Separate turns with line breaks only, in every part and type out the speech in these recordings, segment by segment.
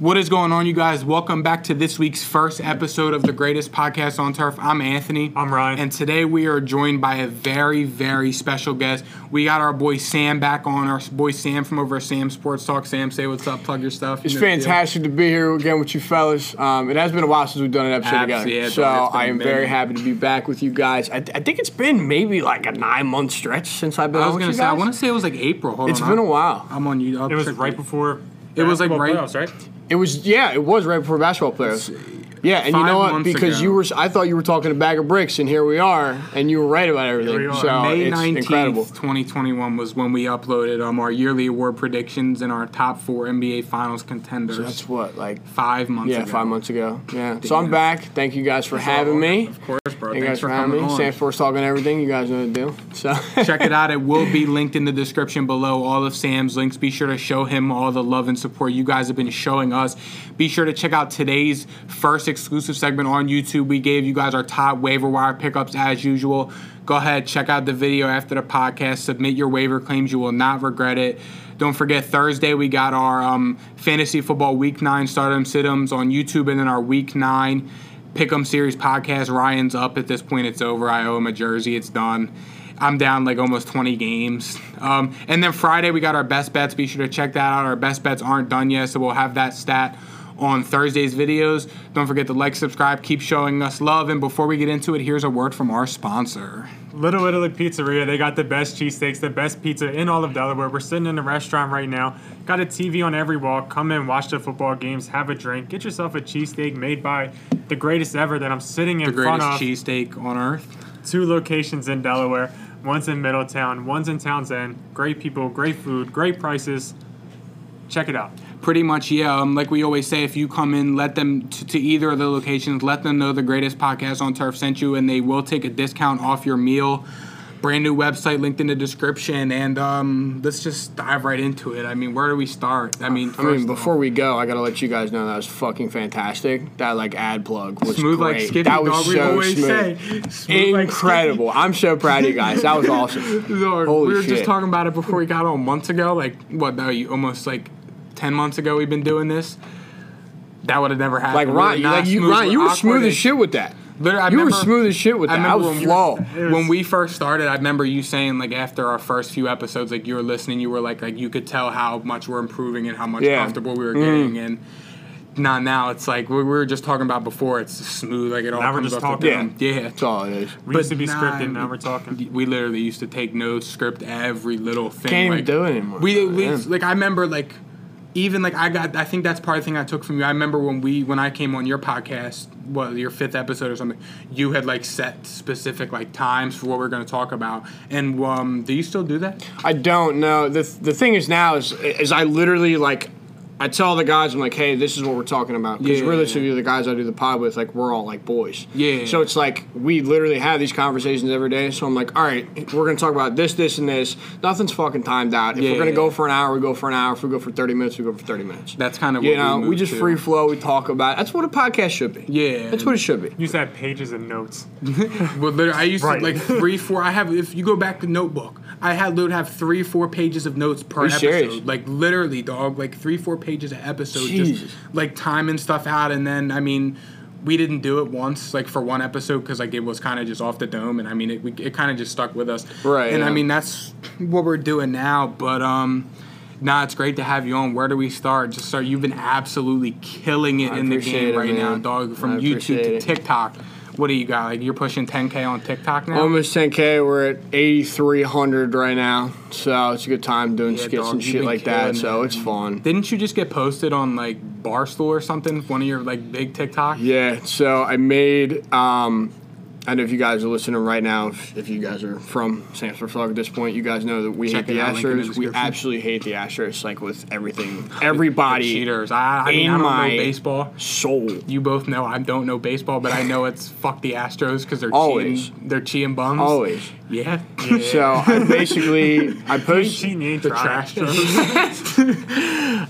What is going on, you guys? Welcome back to this week's first episode of the greatest podcast on turf. I'm Anthony.
I'm Ryan.
And today we are joined by a very, very special guest. We got our boy Sam back on. Our boy Sam from over at Sam Sports Talk. Sam, say what's up. Plug your stuff.
It's
You know the deal.
fantastic to be here again with you fellas. Um, it has been a while since we've done an episode
Abs-
together,
yeah, it's
so
been- it's been
I am very
been-
happy to be back with you guys. I, I think it's been maybe like a nine month stretch since I've been.
I was
on
gonna
with you
say. I
guys.
want to say it was like April. Hold
It's
on.
been a while.
I'm on you. I'll
It was
check
right
the-
before.
It was, like,
basketball
right-
playoffs, right.
It was yeah, it was right before basketball players. Yeah, and you
Five
know what?
months
Because
ago.
you were, I thought you were talking a bag of bricks, and here we are, and you were right about everything.
Here we are.
So
May
it's
19th,
incredible.
2021 was when we uploaded um, our yearly award predictions and our top four NBA Finals contenders.
That's what like
five months
yeah,
ago.
five months ago. Yeah, so I'm
Damn.
back. Thank you guys for having me.
Of course, bro.
Thank you
Thanks
guys
for
for having
coming
me.
on.
Sam Force talking everything. You guys know the deal. So
Check it out. It will be linked in the description below. All of Sam's links. Be sure to show him all the love and support you guys have been showing us. Be sure to check out today's first exclusive segment on YouTube. We gave you guys our top waiver wire pickups as usual. Go ahead, check out the video after the podcast. Submit your waiver claims. You will not regret it. Don't forget Thursday we got our um, fantasy football week nine stardom situms on YouTube, and then our week nine pick'em series podcast. Ryan's up at this point. It's over. I owe him a jersey. It's done. I'm down like almost 20 games. Um, and then Friday, we got our best bets. Be sure to check that out. Our best bets aren't done yet, so we'll have that stat on Thursday's videos. Don't forget to like, subscribe, keep showing us love. And before we get into it, here's a word from our sponsor.
Little Italy Pizzeria. They got the best cheesesteaks, the best pizza in all of Delaware. We're sitting in a restaurant right now. Got a TV on every wall. Come in, watch the football games, have a drink, get yourself a cheesesteak made by the greatest ever that I'm sitting in
The
front
greatest
of.
cheesesteak on earth.
Two locations in Delaware. One's in Middletown, one's in Townsend. Great people, great food, great prices. Check it out.
pretty much yeah um, like we always say if you come in let them to, to either of the locations let them know the greatest podcast on turf sent you and they will take a discount off your meal brand new website linked in the description and um, let's just dive right into it i mean where do we start i mean
I
first
mean,
of
before
all-
we go, I gotta let you guys know that was fucking fantastic. That like ad plug was
Smooth like
great.
Skippy,
that was
dog, we
so
always
Say,
smooth.
smooth like
Incredible. I'm so proud of you guys. That was awesome.
Lord,
Holy
we were just
shit.
talking about it before we got on months ago like what no, you almost like 10 months ago we've been doing this that would have never happened
Like
We
Ryan,
were
you-
not
like you,
smooth,
Ryan, you were
awkward,
smooth as
and-
shit with that.
Literally, I
you were
remember-
smooth as shit with
I
that. That
remember
was
when-
flaw.
when we first started, I remember you saying like after our first few episodes, like you were listening, you were like like you could tell how much we're improving and how much
Yeah.
comfortable we were getting, and not now. It's like we we were just talking about before. It's smooth, like it all
Now we're
comes
just
off the
talking.
dome. Yeah.
That's all it is.
We
But
used to be
nah,
scripted, now we're talking.
We literally used to take notes, script every little thing.
Can't even
like-
do it anymore.
we, we
Yeah.
like I remember like even like I got I think that's part of the thing I took from you. I remember when we when I came on your podcast, well your fifth episode or something, you had like set specific like times for what we're going to talk about. And um, do you still do that?
I don't know. The the thing is now is is I literally like I tell the guys I'm like, hey, this is what we're talking about because
Yeah.
realistically, the guys I do the pod with, like, we're all like boys.
Yeah.
So it's like we literally have these conversations every day. So I'm like, all right, we're gonna talk about this, this, and this. Nothing's fucking timed out. If
Yeah.
we're gonna go for an hour, we go for an hour. If we go for thirty minutes, we go for thirty minutes.
That's kind of
you
what
know,
we,
we,
moved
just
to.
free flow. We talk about. That's what a podcast should be.
Yeah.
That's what it should be.
You used to have pages and notes.
But literally, I used
Right.
to like three, four. I have if you go back to notebook, I had would have three, four pages of notes per
Are you
episode.
serious?
Like literally, dog, like three, four pages an episode,
Jesus.
just like timing stuff out. And then I mean, we didn't do it once, like for one episode, because like it was kind of just off the dome. And I mean, it we, it kind of just stuck with us,
Right,
And I
yeah.
mean, that's what we're doing now. But um. Nah, it's great to have you on. Where do we start? Just start. You've been absolutely killing it
I
in the
appreciate
game
it,
right now,
man.
dog. From
I
YouTube to
appreciate it.
TikTok. What do you got? Like you're pushing 10k on TikTok now.
Almost 10k. We're at 8,300 right now, so it's a good time doing
Yeah,
skits
dog,
and
you've
shit
been
like that.
killing
So
it,
it's fun.
Didn't you just get posted on like Barstool or something? One of your like big TikTok.
Yeah, so I made. Um, I don't know if you guys are listening right now. If, if you guys are from San Francisco at this point, you guys know that we
Check it
hate the
out, link in the
Astros. We
description.
absolutely hate the Astros, like with everything,
Like,
everybody,
cheaters. I, I mean, I
In
don't
my-
know baseball.
soul.
You both know I don't know baseball, but I know it's fuck the Astros because they're
Always.
cheating. They're cheating bums.
Always.
Yeah.
So I basically I post
Cheating ain't
The
trying.
trash. Astros.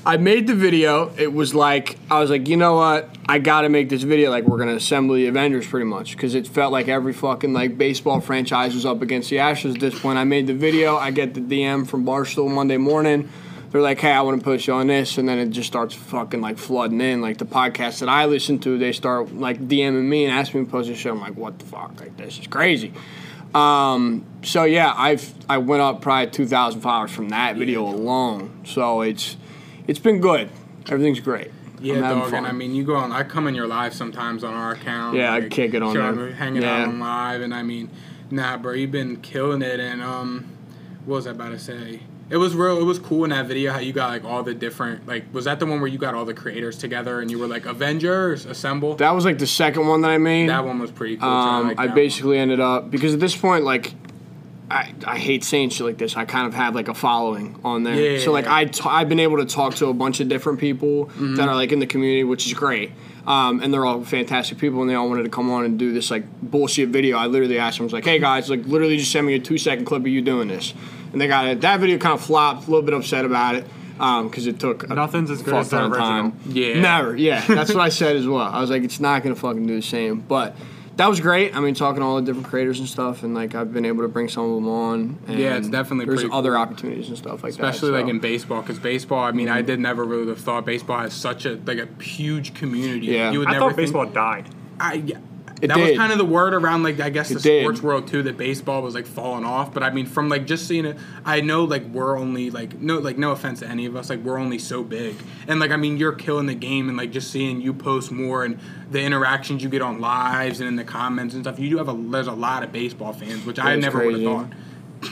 I made the video. It was like I was like, you know what? I got to make this video. Like we're gonna assemble the Avengers pretty much because it felt like every fucking like baseball franchise was up against the Astros at this point. I made the video. I get the DM from Barstool Monday morning. they're like, hey, I want to post you on this, and then it just starts fucking like flooding in. Like the podcast that I listen to, they start like DMing me and asking me to post a show. I'm like, what the fuck? Like this is crazy. Um, so yeah, I've I went up probably two thousand followers from that video alone. So it's it's been good. Everything's great.
Yeah,
I'm having
dog.
fun.
And I mean, you go on. I come in your live sometimes on our account.
Yeah, I kick it on
sure,
there.
I'm hanging
Yeah.
out on live, and I mean, nah, bro, you've been killing it. And um, what was I about to say? It was real. It was cool in that video how you got like all the different like. Was that the one where you got all the creators together and you were like Avengers Assemble? That,
that was like the second one that I made.
one was pretty cool. too.
Um,
like
I
that one.
basically ended up because at this point, like, I, I hate saying shit like this. I kind of have like a following on there,
Yeah, yeah,
so like
yeah.
I t- I've been able to talk to a bunch of different people
Mm-hmm.
that are like in the community, which is great. Um, and they're all fantastic people, and they all wanted to come on and do this like bullshit video. I literally asked them, I was like, "Hey guys, like literally just send me a two second clip of you doing this." And they got it. That video kind of flopped. A little bit upset about it because it took a
Nothing's as good
fuck
as the
ton of
original.
time.
Yeah.
Never. Yeah. That's what I said as well. I was like, it's not gonna fucking do the same. But that was great. I mean, talking to all the different creators and stuff, and like I've been able to bring some of them on. And
Yeah, it's definitely
there's
pretty
other opportunities and stuff like
especially
that.
like
so.
in baseball because baseball i mean i did never really have thought baseball has such a like a huge community
Yeah.
you would
I
never
thought
think-
baseball died.
I,
It
that
did.
was kind of the word around like I guess
It
the
did.
sports world too that baseball was like falling off. But I mean, from like just seeing it, I know like we're only like no like no offense to any of us, like we're only so big, and like I mean you're killing the game, and like just seeing you post more and the interactions you get on lives and in the comments and stuff. You do have a there's a lot of baseball fans, which I
it's
never would have
crazy.
thought.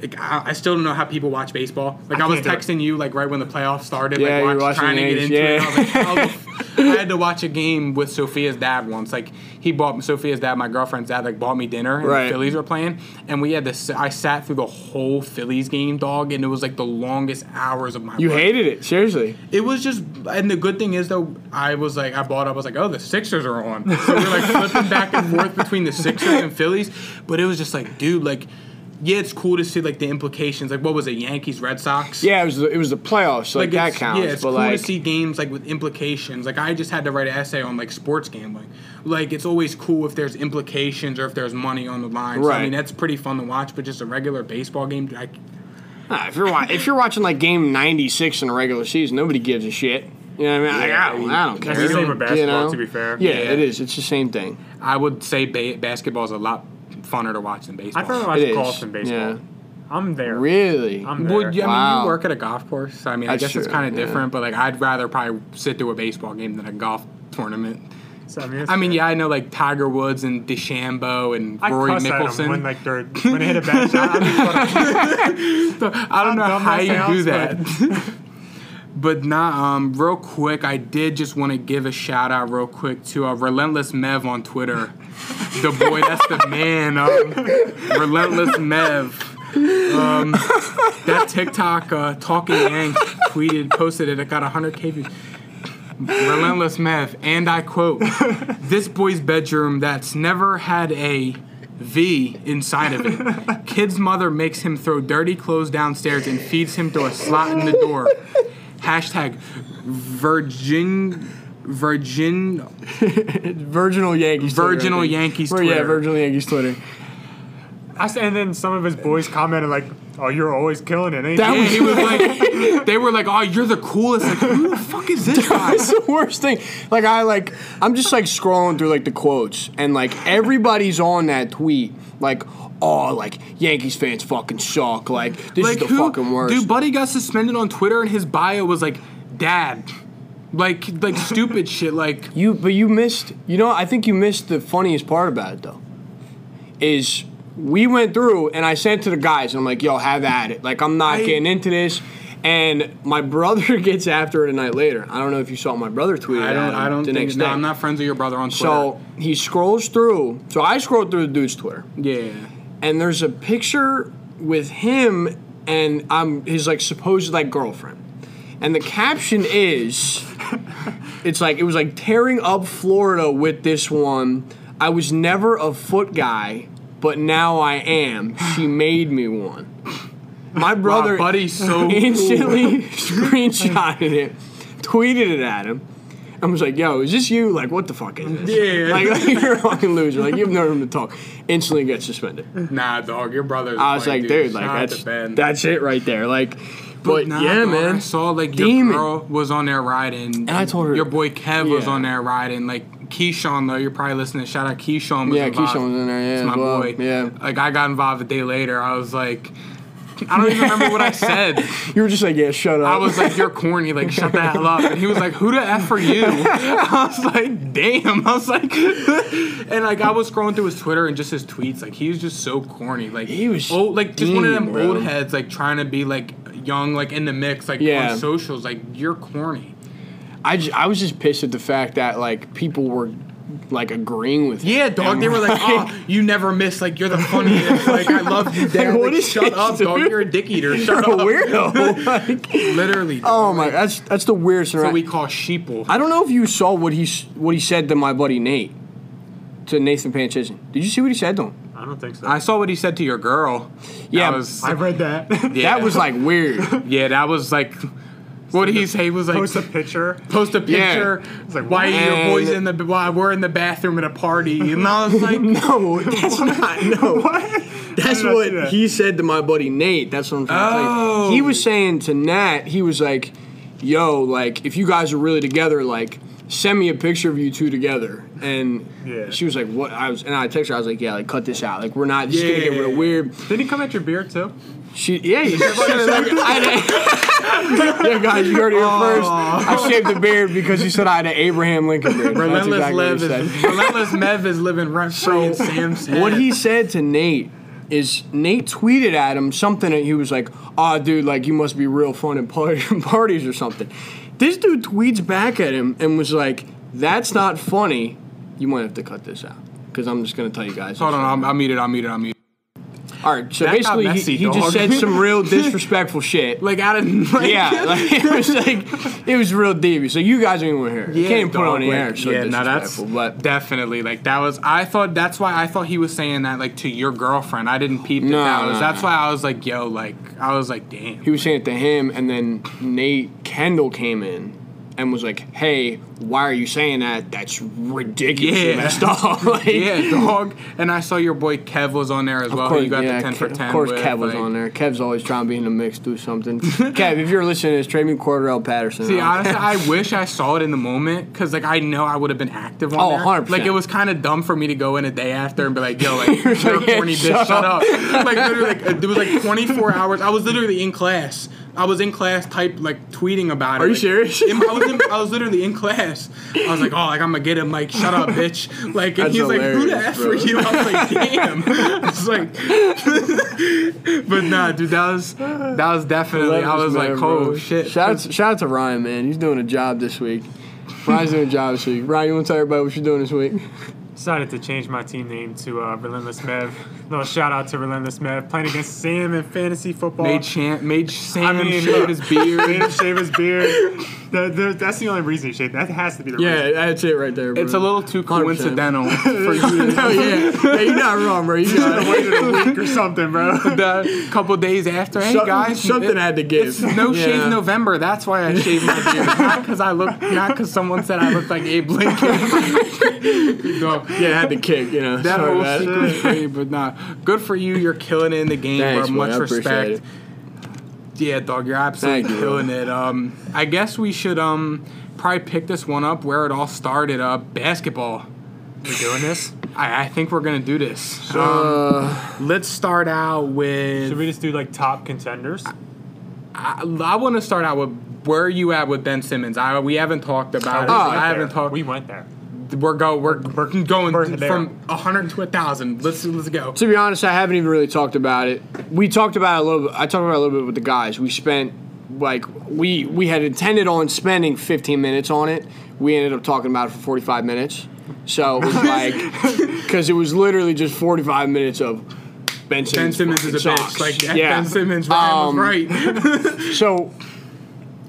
Like, I, I still don't know how people watch baseball. Like
I
I, was
can't do it.
texting you like right when the playoffs started,
Yeah, you were
like watch, trying
watching
to
the
get
Yanks,
into it.
yeah.
I was like, I had to watch a game with Sophia's dad once. Like he bought Sophia's dad, my girlfriend's dad, like bought me dinner. And
Right.
The Phillies were playing, and we had this. I sat through the whole Phillies game, dog, and it was like the longest hours of my.
you
life.
hated it seriously.
It was just, and the good thing is though, I was like, I bought up. I was like, oh, the Sixers are on. So we we're like flipping back and forth between the Sixers and Phillies, but it was just like, dude, like. Yeah, it's cool to see like the implications. Like, what was it, Yankees, Red Sox?
Yeah, it was the, it was the playoffs, so like, that
it's-
counts.
Yeah, it's
but
cool
like
to see games like with implications. Like I just had to write an essay on like sports gambling. Like it's always cool if there's implications or if there's money on the line. So, I
Right.
mean that's pretty fun to watch. But just a regular baseball game, I,
Nah, if you're wa- if you're watching like game 96 in a regular season, nobody gives a shit. You know what I mean? Like, I, don't, I don't care.
That's the same with
You
basketball,
know?
to be fair.
Yeah,
Yeah.
it is. It's the same thing.
I would say ba- basketball is a lot funner to watch than
I'd
baseball.
rather
It is.
watch golf than baseball.
Yeah.
I'm there.
Really?
I'm there.
would you, I mean,
Wow.
you work at a golf course. I mean, I
That's
guess it's
true,
kind of
yeah.
different, but like I'd rather probably sit through a baseball game than a golf tournament.
So, I mean, it's
I mean,
fair.
yeah, I know like Tiger Woods and DeChambeau and
I
Rory
cuss at
Mickelson.
them when like they're when they hit a bad shot. I'm just like,
I don't know
dumb
how you
myself,
do that. But nah, um, real quick, I did just want to give a shout out real quick to uh, Relentless Mev on Twitter. the boy, that's the man. Um, Relentless Mev. Um, that TikTok uh, talking Yanks tweeted, posted it. It got 100k views. Relentless Mev, and I quote: "This boy's bedroom that's never had a V inside of it. Kid's mother makes him throw dirty clothes downstairs and feeds him through a slot in the door. Hashtag Virgin Virgin
Virginal Yankees.
Virginal
Twitter, I think.
Yankees
Or, yeah,
Twitter.
Virginal Yankees Twitter.
I s- and then some of his boys commented like, "Oh, you're always killing it." Ain't
That
you?"
And he was like, they were like, "Oh, you're the coolest." Like, who the fuck is this guy?
It's the worst thing. Like I like I'm just like scrolling through like the quotes and like everybody's on that tweet like oh like Yankees fans fucking suck like this
Like,
is the
who?
fucking worst.
Dude, Buddy got suspended on Twitter, and his bio was like, "Dad." Like, like stupid shit. Like,
you but you missed you know I think you missed the funniest part about it though is we went through and I sent to the guys and I'm like yo have at it like I'm not
I-
getting into this. And my brother gets after it a night later. I don't know if you saw my brother tweet.
I don't.
at him
I don't
the
think.
next
No,
day.
I'm not friends with your brother on Twitter.
So he scrolls through. So I scrolled through the dude's Twitter,
yeah,
and there's a picture with him and I'm his like supposed like girlfriend, and the caption is, it's like it was like tearing up Florida with this one. I was never a foot guy, but now I am. She made me one. My brother,
my buddy's so cool.
instantly screenshotted it, tweeted it at him. I was like, "Yo, is this you? Like, what the fuck is this?
Yeah.
Like, you're a fucking loser. Like, you have no room to talk." Instantly gets suspended.
Nah, dog, your brother's.
I was
funny,
like, "Dude,
Shout out
like
to Ben.
that's that's it right there. Like, But,
Nah,
yeah,
dog, I
man.
saw like
Demon.
your girl was on there riding, and
I told her-
your boy Kev was
Yeah.
on there riding. Like Keyshawn though, you're probably listening. Shout out Keyshawn. Was
Yeah,
involved.
Keyshawn was in there, yeah,
It's
as
my
well,
boy.
yeah.
like I got involved a day later. I was like, I don't even remember what I said.
You were just like, yeah, shut up.
I was like, "You're corny." Like, shut the hell up. And he was like, "Who the f are you?" I was like, "Damn." I was like, and like I was scrolling through his Twitter and just his tweets. Like he was just so corny. Like
He was
old, like just one of them
mean, bro.
old heads, like trying to be like young, like in the mix, like
Yeah.
on socials. Like you're corny.
I, ju- I was just pissed at the fact that like people were like agreeing with. him.
Yeah, dog. They were like, "Oh, you never miss. Like you're the funniest. Like I love you, Dad.
Like,
Like,
what is
shut
this,
up, dog.
dude?
You're a dick eater.
You're a
Shut up."
weirdo. Like,
Literally. dog.
oh my, that's that's the weirdest.
What
interac-
we call sheeple.
I don't know if you saw what he s- what he said to my buddy Nate, to Nathan Panchison. Did you see what he said to him?
I don't think so.
I
I,
saw what he said to your girl.
Yeah,
That was-
read that.
Yeah.
that was like weird.
Yeah, that was like. What did he say? He was like,
Post a picture.
post a
Yeah.
picture.
It's like,
why your
and-
boys in the why we're in the bathroom at a party? And I was like,
no, that's not no. That's
How did I
what
see that?
he said to my buddy Nate. That's what I'm trying to tell
Oh.
you. He was saying to Nat, he was like, "Yo, like if you guys are really together, like." Send me a picture of you two together, and
Yeah.
she was like, "What?" I was, and I texted her. I was like, "Yeah, like cut this out. Like we're not. This is gonna get
Yeah.
real weird."
Did he come at your beard too?
She, yeah, you should yeah, guys, you heard it here first. I shaved the beard because he said I had an Abraham Lincoln beard. That's
relentless Lev
what he
is relentless Mev is living rent free in Sam's
said.
head.
What he said to Nate is Nate tweeted at him something, and he was like, "Ah, dude, like you must be real fun at par- parties or something." This dude tweets back at him and was like, "That's not funny. You might have to cut this out." Because I'm just gonna tell you guys.
Hold on, I'm, I'm muted. I'm muted. I'm muted.
All right, so
That got
basically, he-
messy,
he, just
dog.
said some real disrespectful shit.
Like out of like,
Yeah, like, it was like it was real deep. So you guys don't even want to hear. It. you can't even put it
dog,
on the
like,
air. It's so
yeah, no, that's
disrespectful. but
definitely like that was. I thought that's why I thought he was saying that like to your girlfriend. I didn't peep that.
No,
that was,
no,
that's
no.
why I was like, yo, like I was like, damn.
he was saying it to him, and then Nate Kendall came in and was like, "Hey, why are you saying that? That's ridiculous.
Yeah.
Yeah. messed up." Like,
Yeah, dog. And I saw your boy Kev was on there as well.
Of
who
course,
you got
yeah,
the ten for
Ke-
ten.
Of course,
with,
Kev was
like-
on there. Kev's always trying to be in the mix, do something. Kev, if you're listening to this, trade me Cordell Patterson.
See,
I'll-
honestly, I wish I saw it in the moment because, like, I know I would have been active on
Oh,
there.
100%.
Like, it was kind of dumb for me to go in a day after and be like, "Yo, like, you're a
like,
corny
"Yeah,
bitch,
shut
shut up." like, literally, like, it was like 24 hours. I was literally in class. I was in class, type like tweeting about it.
Are you
Like,
serious?
in- I was, in, I was literally in class. I was like, "Oh, like I'm gonna get him." Like, shut up, bitch. Like, and
That's
he's like, "Who the
hilarious,
f
bro.
are you?" I was like, "Damn." I was like, but nah, dude, that was that was definitely. I was like,
Man,
"Oh
bro.
shit."
Shout out, to, shout out to Ryan, man. He's doing a job this week. Ryan's doing a job this week. Ryan, you want to tell everybody what you're doing this week?
Decided to change my team name to uh, Relentless Mev. Little shout out to Relentless Mev playing against Sam in fantasy football.
Made Chan, made Sam
I mean,
shave his
Made
beard.
him shave his beard. The- the- that's the only reason he shaved. That has to be the reason.
that's it right there. Bro.
It's a little too
100%.
coincidental for you.
Oh yeah, yeah. You're not wrong, bro. You got it.
Waited a week or something, bro.
The couple days after, hey
Something-
guys,
something had to give.
It's no shave
Yeah.
November. That's why I shaved my beard, not because I look, not because someone said I looked like Abe Lincoln. no,
Yeah, it had to kick. You know,
that
sorry
whole
about it.
shit was great, but nah, good for you. You're killing it in the game,
Thanks,
bro.
man.
Much
I appreciate
respect.
it.
Yeah, dog, you're absolutely
Thank you.
killing it. Um, I guess we should um probably pick this one up where it all started. Uh, basketball.
We're doing this.
I, I think we're gonna do this. Um, So uh, let's start out with.
Should we just do like top contenders?
I, I want to start out with where are you at with Ben Simmons? I we haven't talked about. it.
We went
I
there.
haven't talked.
We went there.
We're go. We're, we're going
We're there.
from a hundred to a thousand. Let's let's go.
To be honest, I haven't even really talked about it. We talked about it a little. bit. I talked about it a little bit with the guys. We spent like we we had intended on spending 15 minutes on it. We ended up talking about it for 45 minutes. So it was like because it was literally just 45 minutes of Ben Simmons.
Ben Simmons is a
fucking
bitch.
sucks.
Like Ben Simmons, Ryan
Um,
was right.
So,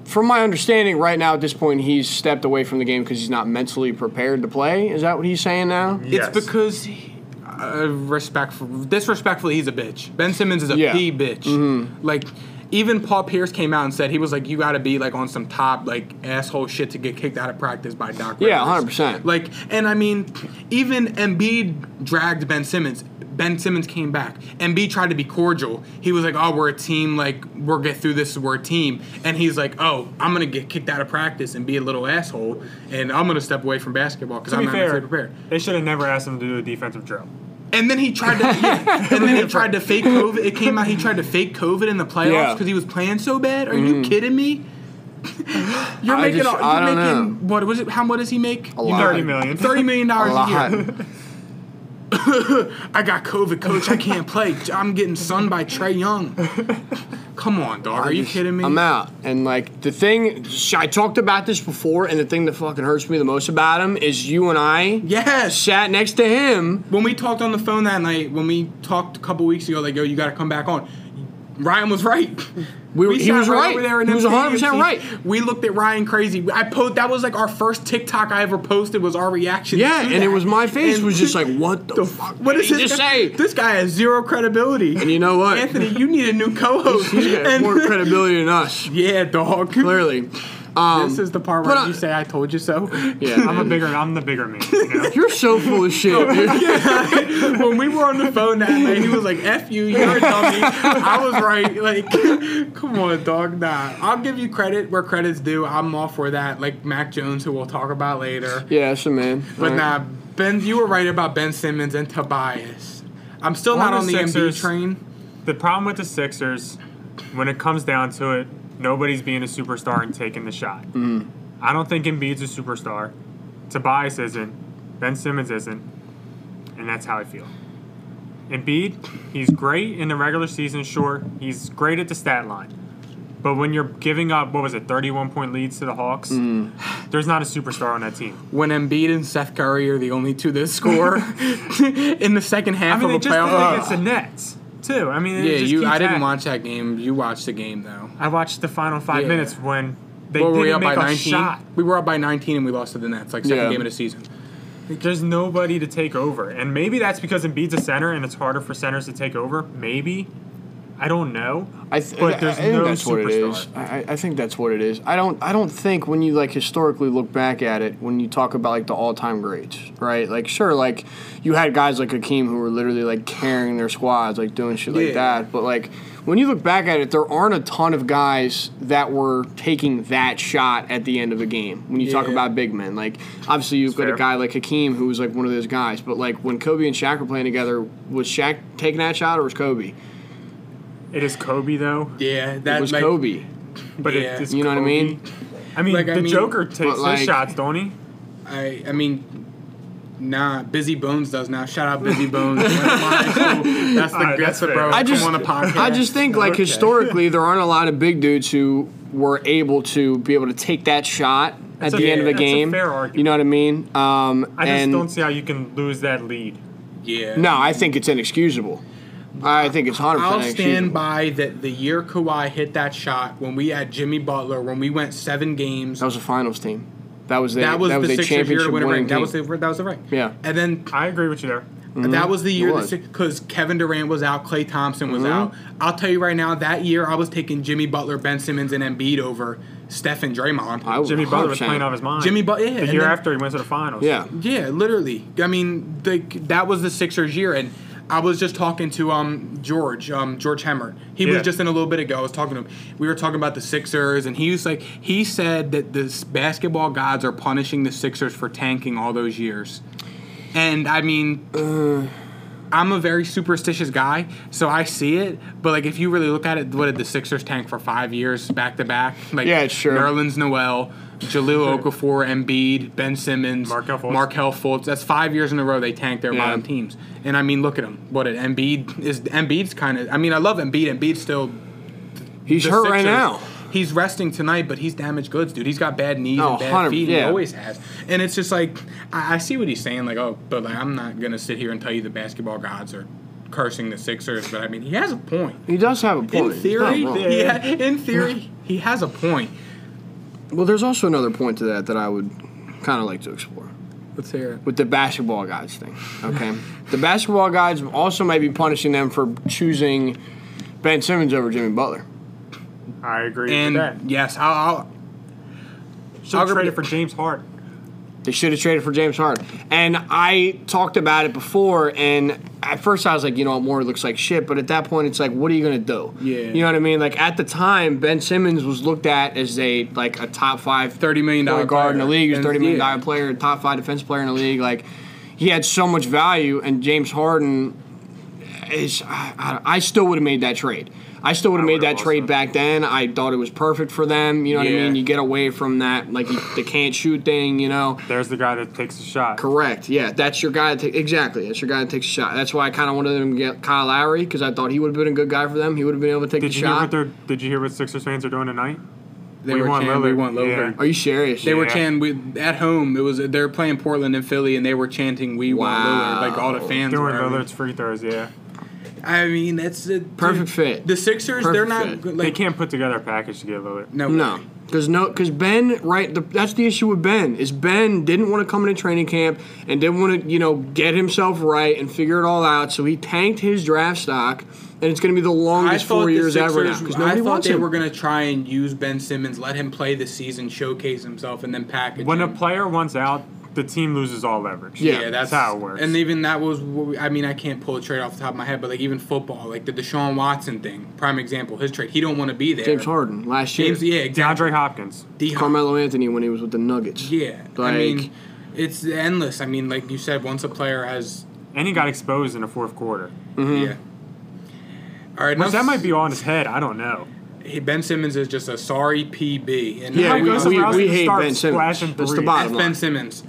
from my understanding, right now at this point, he's stepped away from the game because he's not mentally prepared to play. Is that what he's saying now?
Yes.
It's because he- uh, respectful, disrespectfully, he's a bitch. Ben Simmons is a
Yeah.
pee bitch.
Mm-hmm.
Like even Paul Pierce came out and said he was like, you got to be like on some top like asshole shit to get kicked out of practice by Doc.
Yeah,
Rivers."
100%.
Like, and I mean, even Embiid dragged Ben Simmons. Ben Simmons came back. Embiid tried to be cordial. He was like, "Oh, we're a team. Like we'll get through this. We're a team." And he's like, "Oh, I'm gonna get kicked out of practice and be a little asshole, and I'm gonna step away from basketball because
To
I'm
be
not mentally
fair,
prepared."
they should have never asked him to do a defensive drill.
And then he tried to, yeah. and then he tried to fake COVID. It came out he tried to fake COVID in the playoffs
Yeah.
because he was playing so bad. Are you kidding me? you're
Mm-hmm. I
making,
just-
all, you're
I don't
making what was it? How much does he make?
A lot.
Thirty million.
Thirty million
A
dollars a
lot.
year. I got COVID, coach. I can't play. I'm getting sunned by Trey Young. Come on, dog. Are you kidding me?
I'm out. And like the thing, sh- I talked about this before, and the thing that fucking hurts me the most about him is you and I
Yes.
sat next to him.
When we talked on the phone that night, when we talked a couple weeks ago, like, yo, you got to come back on. Ryan was right.
We, were he
sat
was right.
in
he was
them
100 percent
stadium
right.
seats. We looked at Ryan crazy. I po- that was like our first TikTok I ever posted was our reaction.
Yeah,
to
and it
that.
was my face
And-
was just like, what the,
The
fuck?
fuck? What
did
is
he
this?
just
guy-
say?
This guy has zero credibility.
And you know what?
Anthony, you need a new co-host.
He's got
And-
more credibility than us,
yeah, dog.
clearly. um,
This is the part
but
where
I-
you say I told you so.
Yeah,
I'm a bigger. I'm the bigger man. You know?
you're so full of shit. dude.
when we were on the phone that night, he was like, "F you, you're a dummy." I was right. Like, come on, dog. Nah, I'll give you credit where credit's due. I'm all for that. Like Mac Jones, who we'll talk about later.
Yeah, that's a man.
But
All right.
nah, Ben, you were right about Ben Simmons and Tobias. I'm still not
Or
on the
the
MB
Sixers.
train.
The problem with the Sixers, when it comes down to it, nobody's being a superstar and taking the shot.
Mm.
I don't think Embiid's a superstar. Tobias isn't. Ben Simmons isn't. And that's how I feel. Embiid, he's great in the regular season, sure. He's great at the stat line. But when you're giving up, what was it, 31 point leads to the Hawks,
Mm.
there's not a superstar on that team.
When Embiid and Seth Curry are the only two that score in the second
I
half
mean, they
of a
just did
playoff.
against the Nets, too. I mean, it
yeah,
just
you.
keeps
I didn't
happening.
watch that game. You watched the game though.
I watched the final five
Yeah.
minutes when they
What were we
didn't
up by
make a
19?
shot.
We were up by 19 and we lost to the Nets, like second
Yeah.
game of the season.
There's nobody to take over, and maybe that's because Embiid's a center and it's harder for centers to take over. Maybe I don't know.
I th-
but
I-
there's
I think
no
that's what it is.
superstar.
I, I- I think that's what it is. I don't. I don't think when you like historically look back at it, when you talk about like the all-time greats, right? Like sure, like you had guys like Hakeem who were literally like carrying their squads, like doing shit
Yeah.
like that. But like when you look back at it, there aren't a ton of guys that were taking that shot at the end of a game. When you talk
Yeah.
about big men, like obviously you've got
fair.
a guy like Hakeem who was like one of those guys. But like when Kobe and Shaq were playing together, was Shaq taking that shot or was Kobe?
It is Kobe though,
Yeah,
It
that
was
like,
Kobe.
but
Yeah.
it is
You know what I
Kobe.
mean?
I mean,
Like, I
the
mean-
Joker takes
like-
his shots, don't he?
I I mean, nah. Busy Bones does now. Shout out Busy Bones. One of mine, so that's the
All right,
that's
that's
the
fair.
bro.
I
Come
just-
on the podcast.
I just think like
Okay.
historically there aren't a lot of big dudes who were able to be able to take that shot at
a-
the end of a
that's a
game.
fair argument.
You know what I mean? Um,
I just
and
don't see how you can lose that lead.
yeah.
no, I think it's inexcusable. I think it's hundred
I'll
percent
stand
inexcusable.
by that the year Kawhi hit that shot when we had Jimmy Butler, when we went seven games,
that was a finals team. That was the,
that was the
a
Sixers year to
championship
win a
winning
ring. That
team.
was the that was the ring.
Yeah.
And then
I agree with you there.
that was the year
was.
because Kevin Durant was out, Clay Thompson was out. I'll tell you right now, that year I was taking Jimmy Butler, Ben Simmons, and Embiid over Steph and Draymond.
I was
Jimmy Butler was
100%.
playing off his mind.
Oh, Jimmy Butler, yeah,
The
and
year
then-
after he went to the finals.
Yeah.
Yeah, literally. I mean, the, that was the Sixers' year, and I was just talking to um George, um George Hemmer. He
Yeah.
was just in a little bit ago. I was talking to him. We were talking about the Sixers, and he was like, he said that the s- basketball gods are punishing the Sixers for tanking all those years, and I mean. I'm a very superstitious guy, so I see it. But like, if you really look at it, what did the Sixers tank for five years back to back? Like,
Yeah, it's true.
Nerlens Noel, Jaleel Okafor, Embiid, Ben Simmons,
Markelle Fultz.
Markelle Fultz. That's five years in a row they tanked their
Yeah.
bottom teams. And I mean, look at them. What it Embiid is. Embiid's kind of. I mean, I love Embiid. Embiid's still.
He's
the
hurt right
Sixers.
now.
He's resting tonight, but he's damaged goods, dude. He's got bad knees
Oh,
and bad
100
feet. and He
yeah.
always has. And it's just like I, I see what he's saying. Like, oh, but like, I'm not gonna sit here and tell you the basketball gods are cursing the Sixers. But I mean, he has a point.
He does have a point.
In
He's not
theory,
wrong.
he ha- in theory, he has a point.
Well, there's also another point to that that I would kind of like to explore.
Let's hear it.
with the basketball guys thing. Okay, the basketball guys also might be punishing them for choosing Ben Simmons over Jimmy Butler.
I agree with
And
that.
yes, I'll, I'll
Should have
I'll-
traded for James Hart.
They should have traded for James Harden. And I talked about it before, and at first I was like, you know what, Moore looks like shit. But at that point, it's like, what are you gonna do?
Yeah.
You know what I mean? Like at the time, Ben Simmons was looked at as a like a top five
$30 million
point guard in the
player.
league. He was
And-
thirty million
yeah.
dollar player, top five defense player in the league. Like he had so much value, and James Harden is. I, I- I still would have made that trade. I still would have made
would've
that trade
also.
back then. I thought it was perfect for them. You know what I
Yeah.
mean? You get away from that like you, the can't shoot thing. You know.
There's the guy that takes a shot.
Correct. Yeah, that's your guy. That ta- exactly, that's your guy that takes a shot. That's why I kind of wanted them to get Kyle Lowry because I thought he would have been a good guy for them. He would have been able to take
Did
the
you hear what
shot.
they're? Did you hear what Sixers fans are doing tonight?
They
We
were
want
chanting, we
Lillard.
want Lillard.
Yeah.
Are you serious?
They were
Yeah.
chanting we, at home. It was they were playing Portland and Philly, and they were chanting "We
Wow.
want Lillard." Like all the fans
Doing
were.
Lillard's free throws. Yeah,
I mean, that's a,
Perfect fit.
The Sixers, they're
Perfect
not
fit.
good- like
they can't put together a package to get Lillard.
No,
No, because no, because Ben, right? The, that's the issue with Ben is Ben didn't want to come into training camp and didn't want to, you know, get himself right and figure it all out. So he tanked his draft stock, and it's going to be the
I
longest
thought
four
the
years ever now
Sixers-
because
I
nobody
thought
wants
they
him.
were going to try and use Ben Simmons, let him play the season, showcase himself, and then package
When a
him.
player wants out, the team loses all leverage.
Yeah.
that's how it works.
And even that was, what we- I mean, I can't pull a trade off the top of my head, but like even football, like the Deshaun Watson thing, prime example, his trade, he don't want to be there.
James Harden last year,
James, yeah, exactly.
DeAndre Hopkins.
D-
Carmelo Anthony when he was with the Nuggets.
Yeah,
Like-
I mean, it's endless. I mean, like you said, once a player has,
And he got exposed in the fourth quarter.
Mm-hmm.
yeah. All right,
Which
now
that might be on his head. I don't know.
he- Ben Simmons is just a sorry PB. And
Yeah,
I-
Mike
we,
goes
we,
around
we
and
hate
starts
Ben Simmons.
splashing
That's the
threes.
That's
bottom line.
Ben Simmons.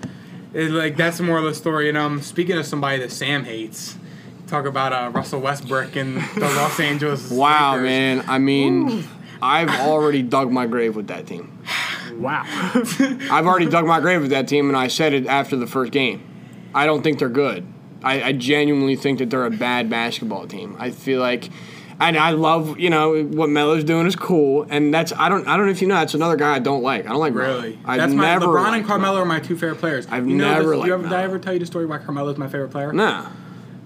It, like that's the moral of the story. And um, speaking of somebody that Sam hates, talk about uh, Russell Westbrook and the Los Angeles.
Wow,
Lakers.
man. I mean, I've already dug my grave with that team.
Wow.
I've already dug my grave with that team, and I said it after the first game. I don't think they're good. I, I genuinely think that they're a bad basketball team. I feel like, and I love you know what Melo's doing is cool, and that's I don't I don't know if you know that's another guy I don't like. I don't like Melo.
Really,
I've
that's my
never
LeBron and
liked
Carmelo
Melo.
are my two favorite players.
I've
you know this-
never
you
liked
ever, Did I
Melo.
ever tell you the story why Carmelo's my favorite player?
Nah.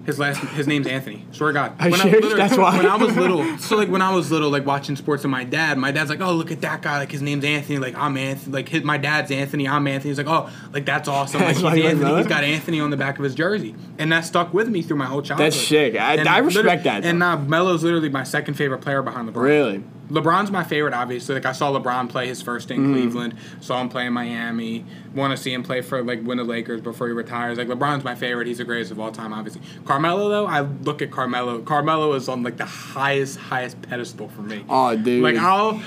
His last his name's Anthony. Swear to God.
Are you
When I,
serious?
literally-
That's why?
When I was little, so like when I was little, like watching sports with my dad, my dad's like, "Oh, look at that guy! Like his name's Anthony. Like I'm Anthony. Like his, my dad's Anthony. I'm Anthony." He's like, "Oh, like that's awesome. Like
That's
he's
why you like
Anthony.
Melo?
He's got Anthony on the back of his jersey," and that stuck with me through my whole childhood.
That's sick. I-
And
I respect
literally-
that, though.
And now Melo's literally my second favorite player behind LeBron.
Really?
LeBron's my favorite, obviously. Like I saw LeBron play his first
Mm-hmm.
in Cleveland, saw him play in Miami. Want to see him play for like win the Lakers before he retires. Like LeBron's my favorite. He's the greatest of all time, obviously. Carmelo though, I look at Carmelo. Carmelo is on like the highest, highest pedestal for me.
Aw, dude.
Like I'll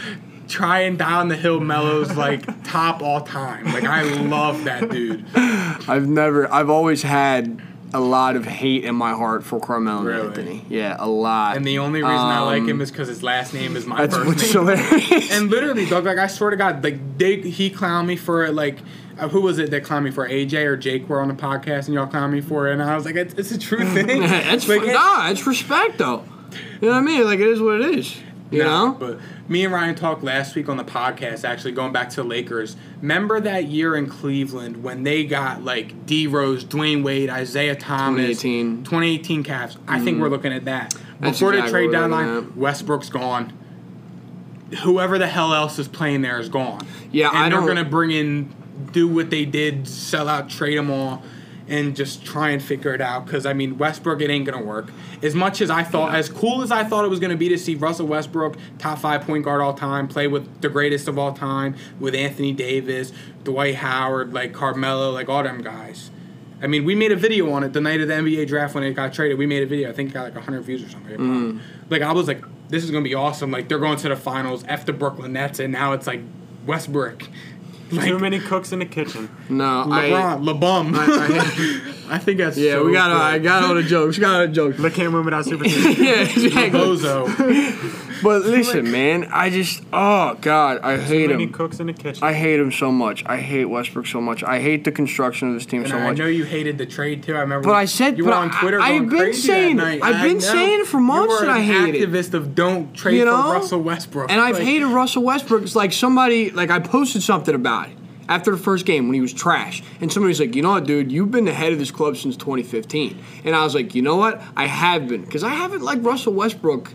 try and die on the hill. Melo's like top all time. Like I love that dude.
I've never I've always had a lot of hate in my heart for Carmelo
Really?
Anthony. Yeah, a lot.
And the only reason I like him is because his last name is my
Um, that's
first
what's
name.
hilarious.
And literally, dog, like I swear to God, like they he clowned me for it. Like, uh, who was it that clowned me for? it? AJ or Jake were on the podcast, and y'all clowned me for it. And I was like, it's, it's a true thing.
that's
like, it-
nah, it's respect though. You know what I mean? Like it is what it is. You
Nah,
know?
but me and Ryan talked last week on the podcast. Actually, going back to Lakers, remember that year in Cleveland when they got like D Rose, Dwayne Wade, Isaiah Thomas,
2018.
2018 Cavs. I think we're looking at that
Mm-hmm. That's
before
exactly
the trade
what we're
deadline.
looking at.
Westbrook's gone. Whoever the hell else is playing there is gone.
Yeah,
and
I
they're
don't-
gonna bring in, do what they did, sell out, trade them all. And just try and figure it out because I mean Westbrook, it ain't gonna work. As much as I thought, as cool as I thought it was gonna be to see Russell Westbrook, top five point guard all time, play with the greatest of all time, with Anthony Davis, Dwight Howard, like Carmelo, like all them guys. I mean, we made a video on it the night of the NBA draft when it got traded. We made a video. I think it got like 100 views or something.
Mm-hmm.
Like, I was like, this is going to be awesome. Like, they're going to the finals. F the Brooklyn Nets. And now it's like Westbrook. Like,
Too many cooks in the kitchen.
no, I,
LeBron. LeBum. I, think that's
Yeah,
so
we got. I
good.
got all the jokes. Got all the jokes.
They can't win without Super Team.
yeah, exactly.
Bozo.
But listen, man, I just. Oh God, I hate
Too many
him.
cooks in the kitchen.
I hate him so much. I hate Westbrook so much. I hate the construction of this team
And
so
I
much.
know you hated the trade too. I remember.
But I said-
you were
but
on Twitter.
I-
going
I've been
crazy
saying-
that night.
I've
I
been
know.
saying for months
you were
that I
an
hate it.
Activist of don't trade
You know?
for Russell Westbrook.
And I've
Like,
hated Russell Westbrook. It's like somebody, like I posted something about it after the first game when he was trash. And somebody's like, you know what, dude, you've been the head of this club since 2015. And I was like, you know what? I have been. Because I haven't liked Russell Westbrook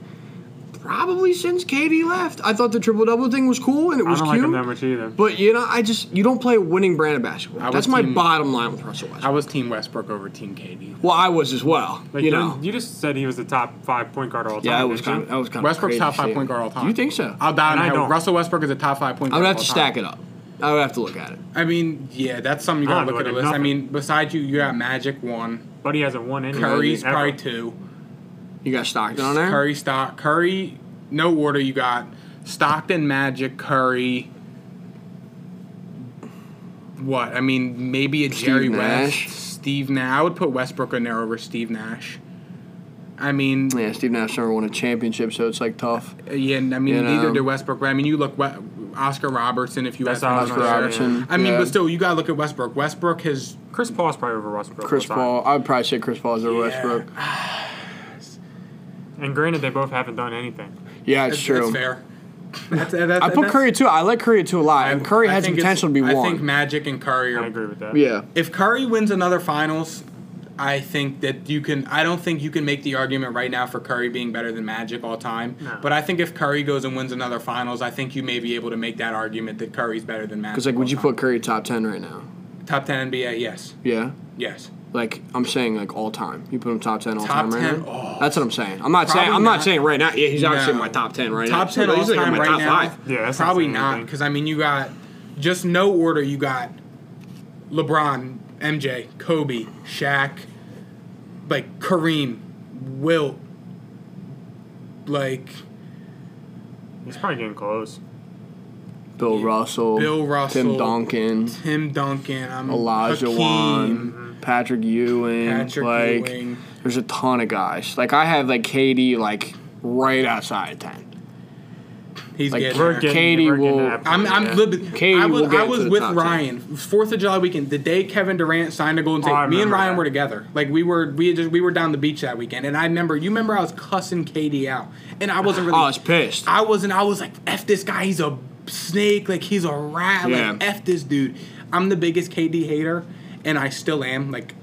probably since KD left. I thought the triple double thing was cool and it
I
was
don't like
cute.
him that much either.
But you know, I just you don't play a winning brand of basketball.
I
That's
was
my
team-
bottom line with Russell
I
Westbrook.
was Team Westbrook over Team KD.
well, I was as well.
like,
you know,
you just said he was the top five point guard all time.
yeah, I was
didn't
kind of I was kind of
Westbrook's top five point guard all time.
You think so?
I'll die on
And I
that. hill.
don't.
Russell Westbrook is a top five point
I
guard.
would have
of
to
all
stack
time.
it up. I would have to look at it.
I mean, yeah, that's something you
I'm
gotta
not
look at the
looking
list. I
nothing.
mean, besides you, you got Magic one,
you? But he hasn't won any.
Curry's
ever.
probably two,
You got Stockton on there.
Curry stock, Curry, no order. You got Stockton, Magic, Curry. What I mean, maybe a Jerry
Nash.
West, Steve Nash. I would put Westbrook in there over Steve Nash. I mean,
Yeah, Steve Nash never won a championship, so it's like tough.
Yeah, and I mean,
You
neither
know?
did Westbrook. but I mean, you look we- Oscar Robertson if you
That's
had him on
Oscar
there.
Robertson,
I mean,
yeah.
but still, you gotta look at Westbrook. Westbrook has
Chris Paul's probably over Westbrook.
Chris
all time.
Paul, I would probably say Chris Paul is over
Yeah.
Westbrook.
And granted, they both haven't done anything.
Yeah, it's
that's,
true.
that's fair. That's, that's,
I put
that's-
Curry too. I like Curry too a lot, and Curry
I
has the
think
potential to
it's-
be
I
one.
think Magic and Curry
I
are.
agree with that.
yeah,
If Curry wins another Finals, I think that you can. I don't think you can make the argument right now for Curry being better than Magic all time.
No.
But I think if Curry goes and wins another Finals, I think you may be able to make that argument that Curry's better than Magic.
because like, would
all
you
time.
put Curry top ten right now?
top ten NBA? Yes,
Yeah,
yes.
like I'm saying, like all time. You put him top ten all
Top
time right
10?
now.
Oh.
That's what I'm saying. I'm not saying.
Probably
I'm not,
not.
saying right now. Yeah, he's obviously in
No.
my top ten right now.
top ten
But
all
he's like in
time
my
right
top
now.
five.
Yeah, that's not
probably
saying
not
anything.
because I mean you got just no order. You got LeBron, MJ, Kobe, Shaq, like Kareem, Wilt, like
He's probably getting close.
Bill Russell,
Bill Russell,
Tim Duncan,
Tim Duncan, um, I'm
Elijah
Hakeem, Mm-hmm.
Wan, Patrick Ewing.
Patrick
like,
Ewing.
there's a ton of guys. Like I have like KD like right outside of ten.
He's
Like,
getting
We're
there.
getting,
Katie
we're getting
will-
that
I'm, I'm
Yeah.
little bit-
Katie
I was,
will get
I
to
was
the
with
top
Ryan. Fourth of July weekend, the day Kevin Durant signed a Golden State,
Oh, I
me and
remember
Ryan
that.
were together. Like we were, we had just we were down the beach that weekend, and I remember you remember I was cussing KD out, and I wasn't really.
Oh, I was pissed.
I wasn't. I was like, "F this guy. He's a snake. Like he's a rat.
Yeah.
Like F this dude." I'm the biggest KD hater, and I still am. Like,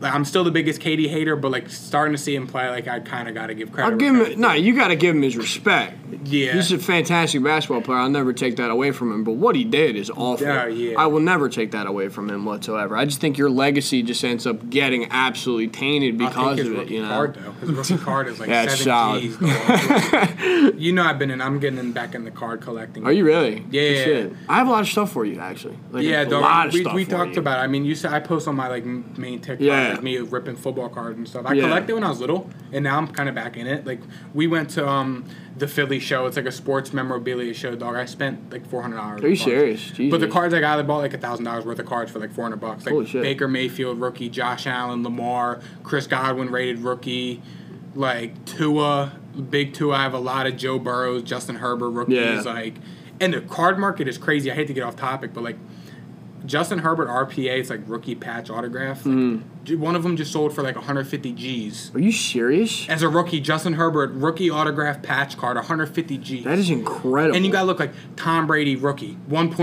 like I'm still the biggest KD hater, but like starting to see him play, like I kind of got to give credit.
I'll
where
give
credit's
him. No, you got to give him his respect.
Yeah.
he's a fantastic basketball player. I'll never take that away from him. But what he did is awful.
Yeah, yeah.
I will never take that away from him whatsoever. I just think your legacy just ends up getting absolutely tainted
I think
because
his
of it.
rookie
You know.
card though. His rookie card is like
Yeah, it's
seven G's. dog. you know, I've been in. I'm getting in back in the card collecting.
Are you really?
Yeah.
You should. I have a lot of stuff for you actually. Like,
Yeah,
a
dog.
lot of
we,
stuff
we
for
talked
you.
about. It. I mean, you said I post on my like m- main TikTok,
Yeah.
like me ripping football cards and stuff. I
Yeah.
collected when I was little, and now I'm kind of back in it. Like we went to um the Philly show. It's like a sports memorabilia show, dog. I spent like four hundred dollars.
Are you serious?
But the
Jesus.
cards I got, I bought like thousand dollars worth of cards for like four hundred bucks. Like
Holy shit.
Baker Mayfield rookie, Josh Allen, Lamar, Chris Godwin rated rookie, like Tua, big Tua. I have a lot of Joe Burrows, Justin Herbert rookies.
Yeah.
Like, and the card market is crazy. I hate to get off topic, but like Justin Herbert RPA, it's like rookie patch autograph. Like,
Mm.
dude, One of them just sold for like 150 G's.
Are you serious?
As a rookie, Justin Herbert rookie autograph patch card, 150 G's.
That is incredible.
and you gotta look like Tom Brady rookie,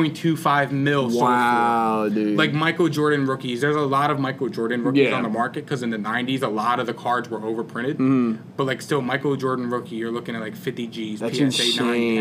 1.25 mil. sold for.
wow, dude.
Like Michael Jordan rookies, there's a lot of Michael Jordan rookies
Yeah.
on the market because in the '90s, a lot of the cards were overprinted.
Mm-hmm.
But like, still, Michael Jordan rookie, you're looking at like 50 G's,
that's
PSA
insane,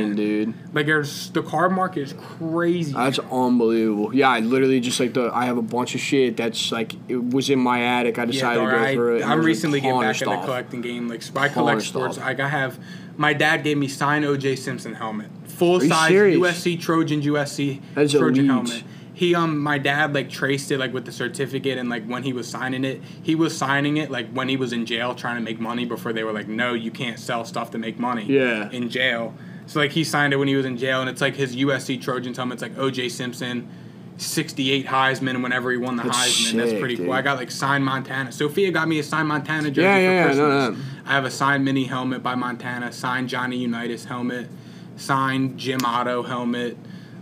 9, 10.
dude.
Like, there's the card market is crazy.
That's unbelievable. Yeah, I literally just like the. I have a bunch of shit that's like it was in my attic. I
Yeah,
decided
dog,
to go through it.
I,
and
I'm
there's a
recently getting
ton of
back into
stuff.
collecting game. Like, I
Ton
collect
of
sports.
stuff.
Like, I have my dad gave me signed OJ Simpson helmet, full
you
size
serious?
USC Trojans USC
That's
Trojan
elite.
helmet. He um, my dad like traced it like with the certificate and like when he was signing it, he was signing it like when he was in jail trying to make money before they were like, no, you can't sell stuff to make money.
Yeah.
in jail. So like he signed it when he was in jail, and it's like his USC Trojans helmet. It's like OJ Simpson. 68 Heisman whenever he won the
That's
Heisman. That's
sick,
pretty
dude.
cool. I got like signed Montana. Sophia got me a signed Montana jersey
Yeah, yeah,
for
yeah, I know
Christmas. I have a signed mini helmet by Montana, signed Johnny Unitas helmet, signed Jim Otto helmet.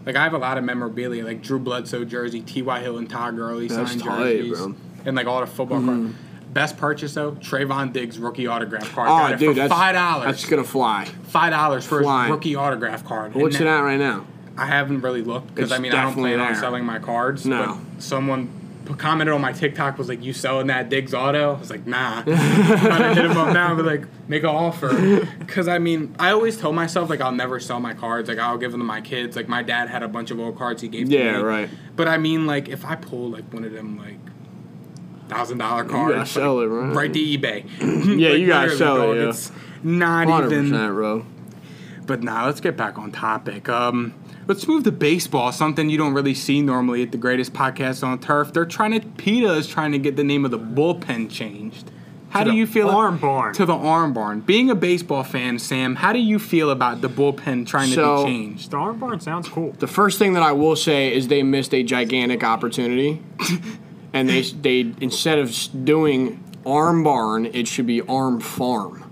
Like I have a lot of memorabilia, like Drew Bledsoe jersey, T.Y. Hill and Todd Gurley
That's
signed
tight,
jerseys,
bro. Hmm.
and like all the football cards. Best purchase though, Trayvon Diggs rookie autograph card.
Oh,
got it
dude,
for
that's
five
That's
dollars.
gonna fly.
Five dollars for
flying.
his rookie autograph card. And
What's it
that-
at right now?
I haven't really looked because I
It's
mean I don't
definitely
plan on
there.
selling my cards.
No.
But someone p- commented on my TikTok was like, "You selling that Diggs Auto?" I was like, "Nah." Trying to hit him up now, but like, make an offer. Because I mean, I always told myself like I'll never sell my cards. Like I'll give them to my kids. Like my dad had a bunch of old cards he gave
Yeah,
to me.
right.
But I mean, like if I pull like one of them like thousand dollar
gotta
cards, like,
sell it, right?
Right to eBay.
Yeah, you gotta
literally,
sell it,
dog,
yeah.
It's not
Hundred
even
percent, bro.
but now nah, let's get back on topic. Um, let's move to baseball, something you don't really see normally at the greatest podcast on turf. They're trying to PETA is trying to get the name of the bullpen changed. How
To
do
the
you feel
arm barn.
to the arm barn? Being a baseball fan, Sam, how do you feel about the bullpen trying to
So-
be changed?
The arm barn sounds cool.
The first thing that I will say is they missed a gigantic opportunity, and they they instead of s- doing arm barn, it should be arm farm.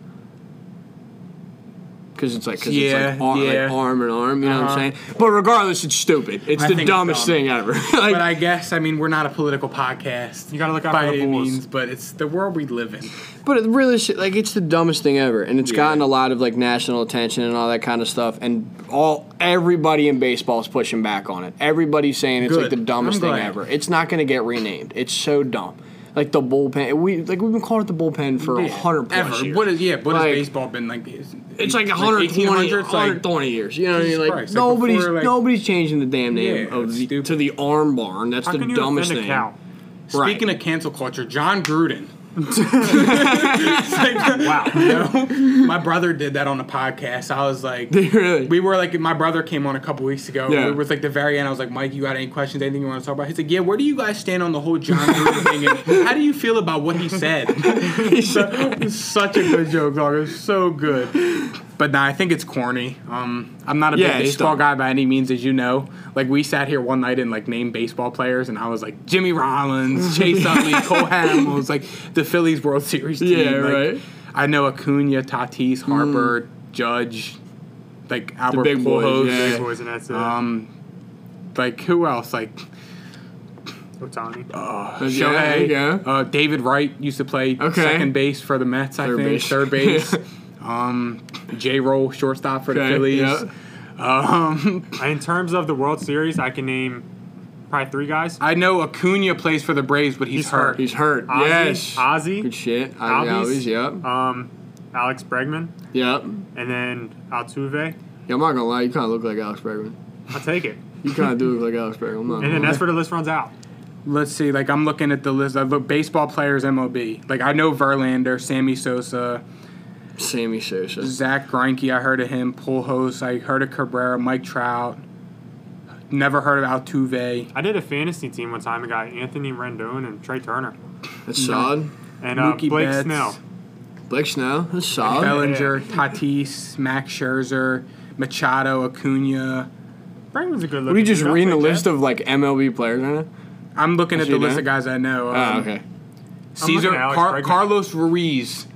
Because it's like, cause
Yeah,
it's like, ar- like
yeah. Uh-huh.
arm and arm, you know what I'm saying? But regardless, it's stupid. It's
I
the
think it's
dumbest
dumb.
thing ever. like,
But I guess I mean we're not a political podcast.
You gotta look out
by
for the
any
bulls.
means, but it's the world we live in.
But it really, sh- like, it's the dumbest thing ever, and it's
Yeah.
gotten a lot of like national attention and all that kind of stuff. And all everybody in baseball is pushing back on it. Everybody's saying it's like
Good.
the dumbest
I'm
thing
glad.
ever. It's not going to get renamed. It's so dumb. Like the bullpen, we like we've been calling it the bullpen for a
Yeah.
hundred plus
Ever.
years.
What is yeah? What
Like-
has baseball been like? It's,
it's like 120,
1800s, like-
120 years. You know what I mean?
Jesus
Like
Christ, like,
nobody's
before, like-
nobody's changing the damn name
Yeah,
of
it's
the,
stupid.
to the arm barn. That's
How
the
can you
dumbest
offend a
thing.
cow?
Right.
Speaking of cancel culture, John Gruden.
Wow.
You know? my brother did that on a podcast. I was like,
Really?
we were like, my brother came on a couple weeks ago.
Yeah.
We were like the very end. I was like, Mike, you got any questions? Anything you want to talk about? He's like, yeah. Where do you guys stand on the whole John Gruden thing? And how do you feel about what he said? So- it's such a good joke, dog. It's so good. But nah, I think it's corny. Um, I'm not a
Yeah,
big
it's
baseball
dumb.
guy by any means, as you know. Like we sat here one night and like named baseball players, and I was like Jimmy Rollins, Chase Utley, Cole Hamels, like the Phillies World Series team.
Yeah,
Like,
right. Hmm.
I know Acuna, Tatis, Harper, Judge, like Albert
big boys,
Pujols,
yeah.
Big boys, and that's it.
Um,
like who else? Like
Otani.
uh, there
Shohei,
you go.
uh, David Wright used to play
Okay.
second base for the Mets, I
Third
think.
base.
Third base. um, J. Roll, shortstop for
Okay,
the Phillies.
yeah.
Um,
In terms of the World Series, I can name probably three guys.
I know Acuna plays for the Braves, but he's,
He's
hurt.
hurt.
He's hurt.
Ozzy,
yes. Good
Ozzy,
shit. Ozzy
Albies.
Albies, Yep.
um, Alex Bregman,
Yep.
and then Altuve.
Yeah, I'm not gonna lie. You kind of look like Alex Bregman.
I'll take it.
You kind of do look like Alex Bregman. I'm not
And then
gonna
that's where the list runs out.
Let's see. Like I'm looking at the list. I look baseball players, MLB. Like I know Verlander, Sammy Sosa,
lie. Sammy Sosa.
Zach Greinke. I heard of him. Pujols. I heard of Cabrera, Mike Trout. Never heard of Altuve.
I did a fantasy team one time and got Anthony Rendon and Trey Turner
That's solid.
and uh,
Mookie
Blake
Betts.
Snell.
Blake Snell. That's solid.
Bellinger, Tatis, Max Scherzer, Machado, Acuna.
Bregman's a good looking.
We just
dude. I'll
reading a
take
list
that.
of like MLB players right now.
I'm looking at
Is he
the list
there?
of guys I know. Um,
Oh, okay.
Caesar
looking at Alex
Car-
Bregman.
Carlos Ruiz,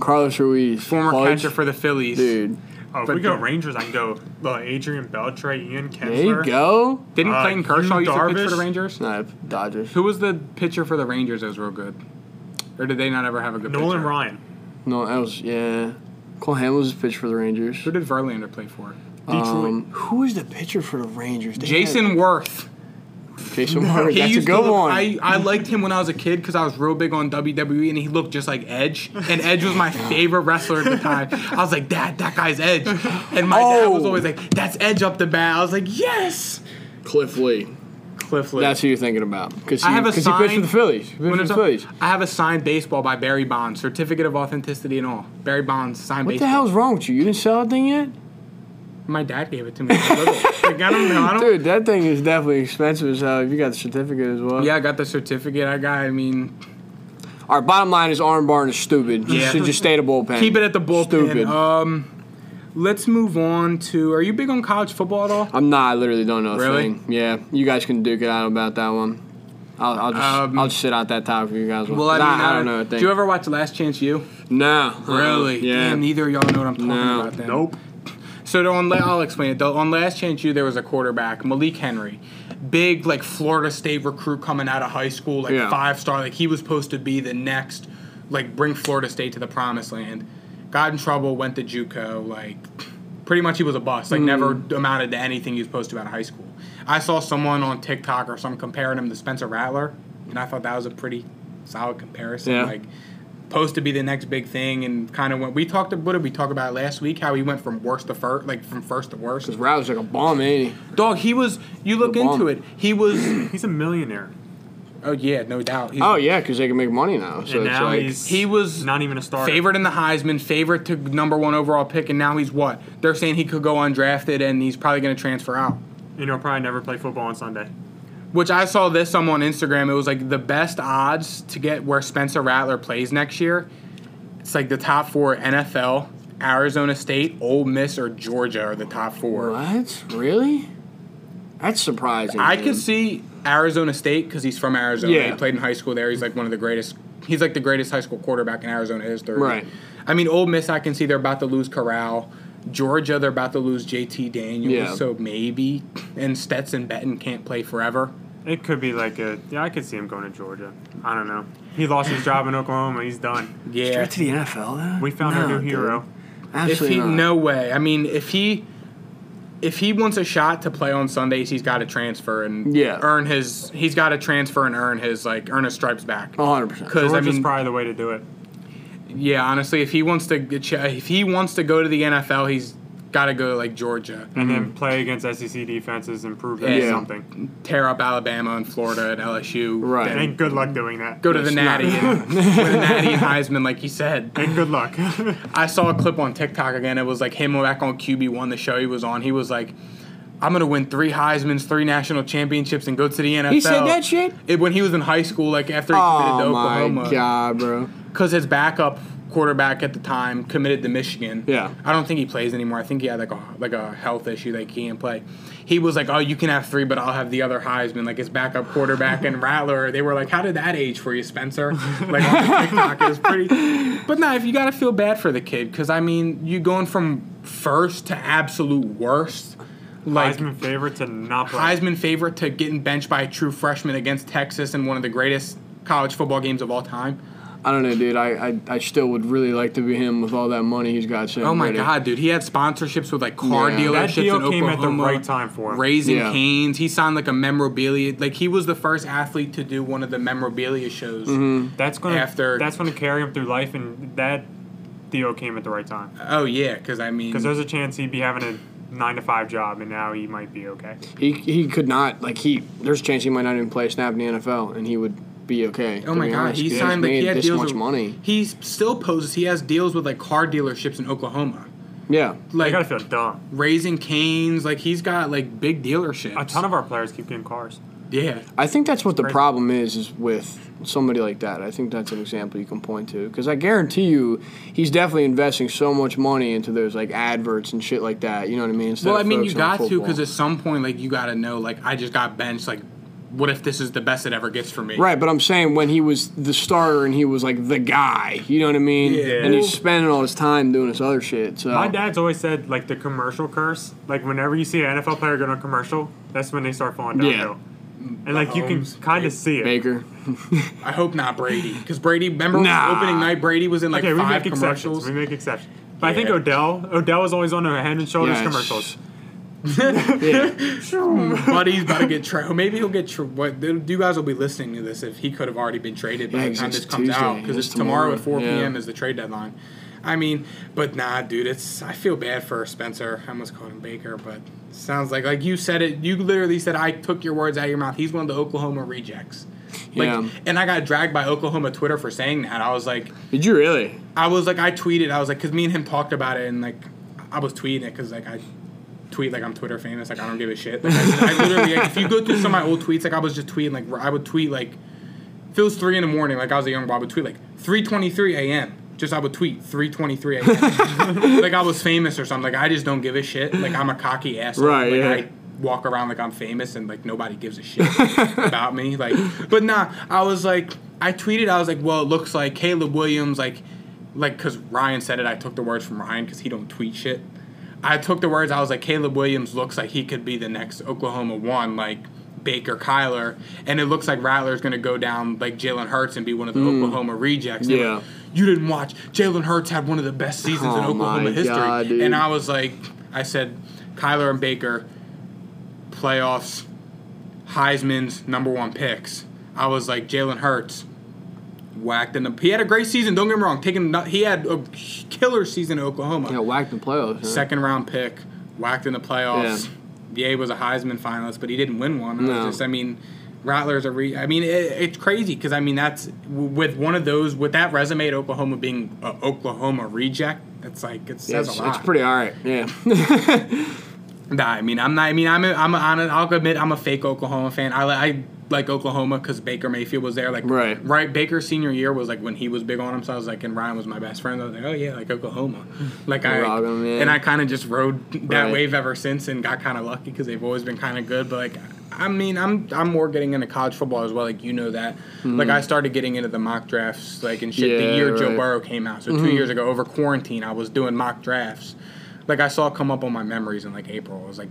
Carlos Ruiz.
former
Pudge.
catcher for the Phillies.
Dude,
Oh, if
but
we go
the-
Rangers, I can go uh, Adrian Beltre, Ian Kessler.
there you go.
Didn't
Uh,
Clayton Kershaw used to pitch
Darvish?
for the Rangers?
Nah, Dodgers.
Who was the pitcher for the Rangers that was real good? Or did they not ever have a good
Nolan
pitcher?
Ryan,
No, that was yeah. Cole Hamels pitched for the Rangers.
Who did Verlander play for?
Detroit.
Um, who was the pitcher for the Rangers? They
Jason Worth.
had- Jason Warren.
He
That's a
used to
good
look-
one.
I, I liked him when I was a kid because I was real big on WWE and he looked just like Edge. And Edge was my favorite wrestler at the time. I was like, Dad, that guy's Edge. And my dad was
Oh.
always like, That's Edge up the bat. I was like, Yes.
Cliff Lee.
Cliff Lee.
That's who you're thinking about. Because he,
I have a
'cause he pitched for
signed-
the Phillies. He
When
pitched for
it's
the
up-
Phillies.
I have a signed baseball by Barry Bonds, certificate of authenticity and all. Barry Bonds signed
What the
baseball.
hell's wrong with you? You didn't sell that thing yet?
My dad gave it to me. when I was little. like, I don't know. I don't.
Dude, that thing is definitely expensive as hell. If you got the certificate as well.
Yeah, I got the certificate. I got. I mean,
Our bottom line is arm barn is stupid. You
Yeah.
should just stay at a bullpen.
keep it at the bullpen.
Stupid.
Um, let's move on to. Are you big on college football at all?
I'm not. I literally don't know a
Really?
thing. Yeah, you guys can duke it out about that one. I'll, I'll just
Um,
I'll just sit out that topic if you guys want.
Well, I, mean, uh,
Nah, I don't know a
Do
thing.
you ever watch Last Chance U?
no.
Really?
Yeah.
Damn, neither of y'all know what I'm talking
No.
about. Then.
Nope.
So on, I'll explain it. Though on Last Chance U, there was a quarterback, Malik Henry, big like Florida State recruit coming out of high school, like
Yeah.
five star. Like he was supposed to be the next, like bring Florida State to the promised land. Got in trouble, went to JUCO. Like pretty much he was a bust. Like
Mm.
never amounted to anything he was supposed to out of high school. I saw someone on TikTok or some comparing him to Spencer Rattler. And I thought that was a pretty solid comparison.
Yeah.
Like, supposed to be the next big thing, and kind of went. We talked about it. We talked about it last week how he went from worst to first, like from first to worst.
Because Rousey's like a bomb, ain't he?
Dog, he was. You look
The bomb.
into it. He was.
He's a millionaire.
oh yeah, no doubt. He's
Oh yeah, because they can make money now. So
and
it's
now
like
he's
he was
not even a starter.
Favorite in the Heisman, favorite to number one overall pick, and now he's what? They're saying he could go undrafted and he's probably going to transfer out.
You know, probably never play football on Sunday.
Which I saw this some on Instagram. It was like the best odds to get where Spencer Rattler plays next year. It's like the top four NFL, Arizona State, Ole Miss, or Georgia are the top four.
what? Really? That's surprising.
I
dude.
could see Arizona State because he's from Arizona. He
Yeah.
played in high school there. He's like one of the greatest. He's like the greatest high school quarterback in Arizona history.
Right.
I mean, Ole Miss, I can see they're about to lose Corral. Georgia, they're about to lose JT Daniels.
Yeah.
So maybe. And Stetson Betton can't play forever.
It could be like a yeah. I could see him going to Georgia. I don't know. He lost his job in Oklahoma. He's done.
Yeah.
Straight to the NFL though.
We found our
No,
new
dude.
hero.
If
Absolutely
he,
not.
no way. I mean, if he. If he wants a shot to play on Sundays, he's got to transfer and
Yeah.
earn his. He's got to transfer and earn his like earn his stripes back.
A hundred percent.
Because I
Georgia's
mean,
probably the way to do it.
Yeah, honestly, if he wants to get- if he wants to go to the NFL, he's got to go to like Georgia,
Mm-hmm.
And then play against SEC defenses and prove
Yeah.
that's something.
tear up Alabama and Florida and LSU.
Right.
then
And good luck doing that.
Go to the
That's
Natty
not-
and win a Natty and Heisman, like he said.
And good luck.
I saw a clip on TikTok again. It was like him back on QB one, the show he was on. He was like, "I'm gonna win three Heisman's, three national championships, and go to the NFL."
He said that shit.
It, when he was in high school, like after he committed to
Oh my
Oklahoma,
god, bro.
because his backup quarterback at the time committed to Michigan.
Yeah.
I don't think he plays anymore. I think he had like a like a health issue that he can't play. He was like, "Oh, you can have three, but I'll have the other Heisman." Like his backup quarterback and Rattler, they were like, "How did that age for you, Spencer?" Like on TikTok, it was pretty. But nah, if you gotta feel bad for the kid, because I mean, you going from first to absolute worst, like. Heisman.
Heisman favorite to not play.
favorite to getting benched by a true freshman against Texas in one of the greatest college football games of all time.
I don't know, dude. I, I I still would really like to be him with all that money he's got. sitting
Oh my
ready.
god, dude! He had sponsorships with like car
Yeah.
dealerships
That deal
in
came at the
Oklahoma,
right time for him.
Raising
Yeah.
Canes. He signed like a memorabilia. Like he was the first athlete to do one of the memorabilia shows.
Mm-hmm.
That's gonna
After-
that's gonna carry him through life, and that deal came at the right time
Oh yeah, because I mean, oh
because there's a chance he'd be having a nine to five job, and now he might be okay.
He he could not like he. There's a chance he might not even play a snap in the NFL, and he would be okay.
oh my god, he signed like
made
he had
this
deals
much
with,
money.
He still poses. He has deals with like car dealerships in Oklahoma,
Yeah,
I
like
gotta feel dumb.
Raising Canes. Like he's got like big dealerships.
A ton of our players keep getting cars.
yeah.
I think that's what the
Crazy.
problem is is with somebody like that. I think that's an example you can point to because I guarantee you, he's definitely investing so much money into those like adverts and shit like that. You know what I mean? Instead
Well,
of
I mean, you
focusing on
got to
football.
because at some point, like you got to know, like I just got benched. Like, what if this is the best it ever gets for me?
Right, but I'm saying when he was the starter and he was like the guy, you know what I mean?
Yeah.
And he's spending all his time doing this other shit. So
My dad's always said like the commercial curse. Like whenever you see an NFL player go to a commercial, that's when they start falling
Yeah.
downhill. And like you can
Mahomes,
kind of see it.
Baker,
I hope not Brady, because Brady. Remember
Nah.
opening night, Brady was in like
okay, we
five
make exceptions.
commercials.
We make exceptions. But I think
Yeah.
Odell, Odell was always on the head and shoulders
Yeah,
commercials.
yeah,
Buddy's about to get traded. Maybe he'll get traded. What the- you guys will be listening to this if he could have already been traded by
Yeah,
the
'cause
time
it's
this comes out,
Tuesday.
because
It's
it's tomorrow at
tomorrow.
4
Yeah.
p.m. is the trade deadline. I mean, but nah, dude, it's I feel bad for Spencer. I almost called him Baker, but sounds like like you said it. You literally said I took your words out of your mouth. He's one of the Oklahoma rejects. Like,
yeah.
and I got dragged by Oklahoma Twitter for saying that. I was like,
Did you really?
I was like, I tweeted, I was like, because me and him talked about it, and like, I was tweeting it because like I tweet like I'm Twitter famous, like I don't give a shit. Like, I, I literally, like, if you go through some of my old tweets, like I was just tweeting, like I would tweet like, if it was three in the morning, like I was a young boy, I would tweet like 3:23 a.m. Just I would tweet 3:23 a.m. like I was famous or something. Like I just don't give a shit. Like I'm a cocky asshole.
Right,
Like,
yeah.
I, walk around like I'm famous and like nobody gives a shit about me. Like, but nah, I was like, I tweeted, I was like, well, it looks like Caleb Williams, like, like, cause Ryan said it. I took the words from Ryan because he don't tweet shit. I took the words. I was like, Caleb Williams looks like he could be the next Oklahoma one, like Baker Kyler, and it looks like Rattler's gonna go down like Jalen Hurts and be one of the Oklahoma rejects. They were
Hmm. Yeah.
like, you didn't watch. Jalen Hurts had one of the best seasons in
Oh my
Oklahoma history,
God, dude.
and I was like, I said, Kyler and Baker playoffs, Heisman's number one picks. I was like Jalen Hurts whacked in the. He had a great season. Don't get me wrong. Taking no- he had a killer season in Oklahoma.
Yeah, whacked in the playoffs. huh?
Second round pick, whacked in the playoffs. Yeah, was a Heisman finalist, but he didn't win one. I was
No.
just, I mean, Rattler's a re. I mean, it, it's crazy because I mean that's with one of those with that resume at Oklahoma being a Oklahoma reject. It's like it
Yeah,
says
it's,
a lot.
it's pretty all right. Yeah.
Nah, I mean, I'm not. I mean, I'm. A, I'm. A, I'm a, I'll admit, I'm a fake Oklahoma fan. I, li- I like Oklahoma because Baker Mayfield was there. Like,
Right.
right. Baker's senior year was like when he was big on him. So I was like, and Ryan was my best friend. I was like, oh yeah, like Oklahoma. Like I,
Rock 'em, yeah.
and I kind of just rode that
Right.
wave ever since, and got kind of lucky because they've always been kind of good. But like, I mean, I'm. I'm more getting into college football as well. Like you know that. Like
Mm-hmm.
I started getting into the mock drafts, like and shit.
Yeah, Mm-hmm.
the year Joe
right.
Burrow came out, so two years ago over quarantine, I was doing mock drafts. Like I saw it come up on my memories in like April. I was like,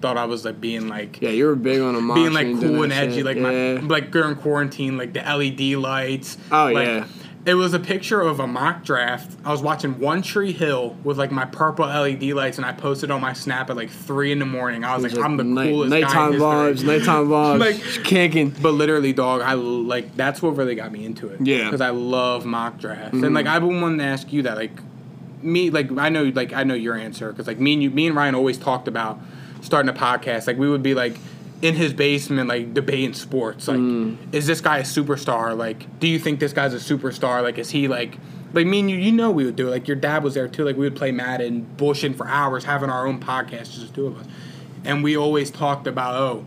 thought I was like being like
Yeah, you were big on a mock
being like
and doing
cool and
that
edgy,
shit.
like
yeah.
my like during quarantine, like the LED lights.
Oh,
like,
yeah.
It was a picture of a mock draft. I was watching One Tree Hill with like my purple LED lights, and I posted on my Snap at like three in the morning. I was like,
Like,
I'm the
night-
coolest guy.
Nighttime
in
vibes,
history.
nighttime vibes,
Like-
just kicking.
But literally, dog, I l- like that's what really got me into it.
Yeah.
because I love mock drafts, and like I've been wanting to ask you that. Like me, like I know, like I know your answer because like me and you, me and Ryan always talked about starting a podcast. Like we would be like in his basement, like debating sports. Like, is this guy a superstar? Like, do you think this guy's a superstar? Like, is he like? Like me and you, you know we would do it. Like your dad was there too. Like we would play Madden, bullshitting for hours, having our own podcast, just the two of us. And we always talked about, oh,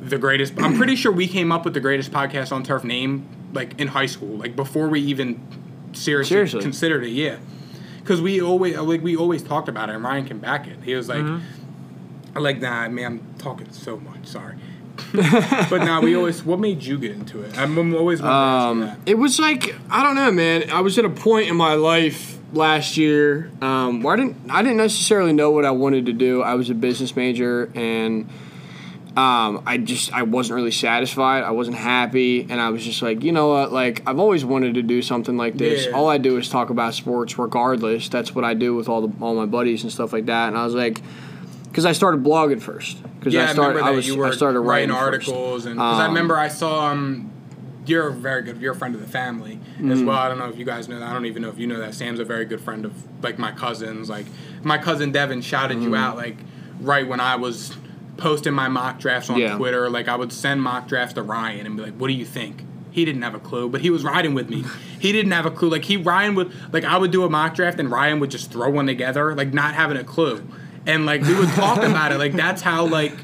the greatest. I'm pretty sure we came up with the greatest podcast on turf name like in high school, like before we even seriously,
Seriously.
considered it. Yeah, because we always like we always talked about it, and Ryan can back it. He was like,
Mm-hmm.
like nah, I mean, I'm talking so much. Sorry, but now nah, we always. What made you get into it? I'm, I'm always wondering that.
Um, It was like I don't know, man. I was at a point in my life last year um, where I didn't I didn't necessarily know what I wanted to do. I was a business major and um, I just I wasn't really satisfied. I wasn't happy, and I was just like, you know what? Like I've always wanted to do something like this.
Yeah.
All I do is talk about sports, regardless. That's what I do with all the all my buddies and stuff like that. And I was like, because I started blogging first. Because
Yeah, I,
I started
remember that
was
you were
I started
writing,
writing, first.
articles, and because I remember I saw um, you're a very good, you're a friend of the family
Mm.
as well. I don't know if you guys know that. I don't even know if you know that. Sam's a very good friend of like my cousins. Like my cousin Devin shouted
Mm.
you out like right when I was posting my mock drafts on
Yeah.
Twitter. Like I would send mock drafts to Ryan and be like, "What do you think?" He didn't have a clue, but he was riding with me. He didn't have a clue. Like he Ryan would like I would do a mock draft and Ryan would just throw one together, like not having a clue. And like we would talk about it. Like that's how like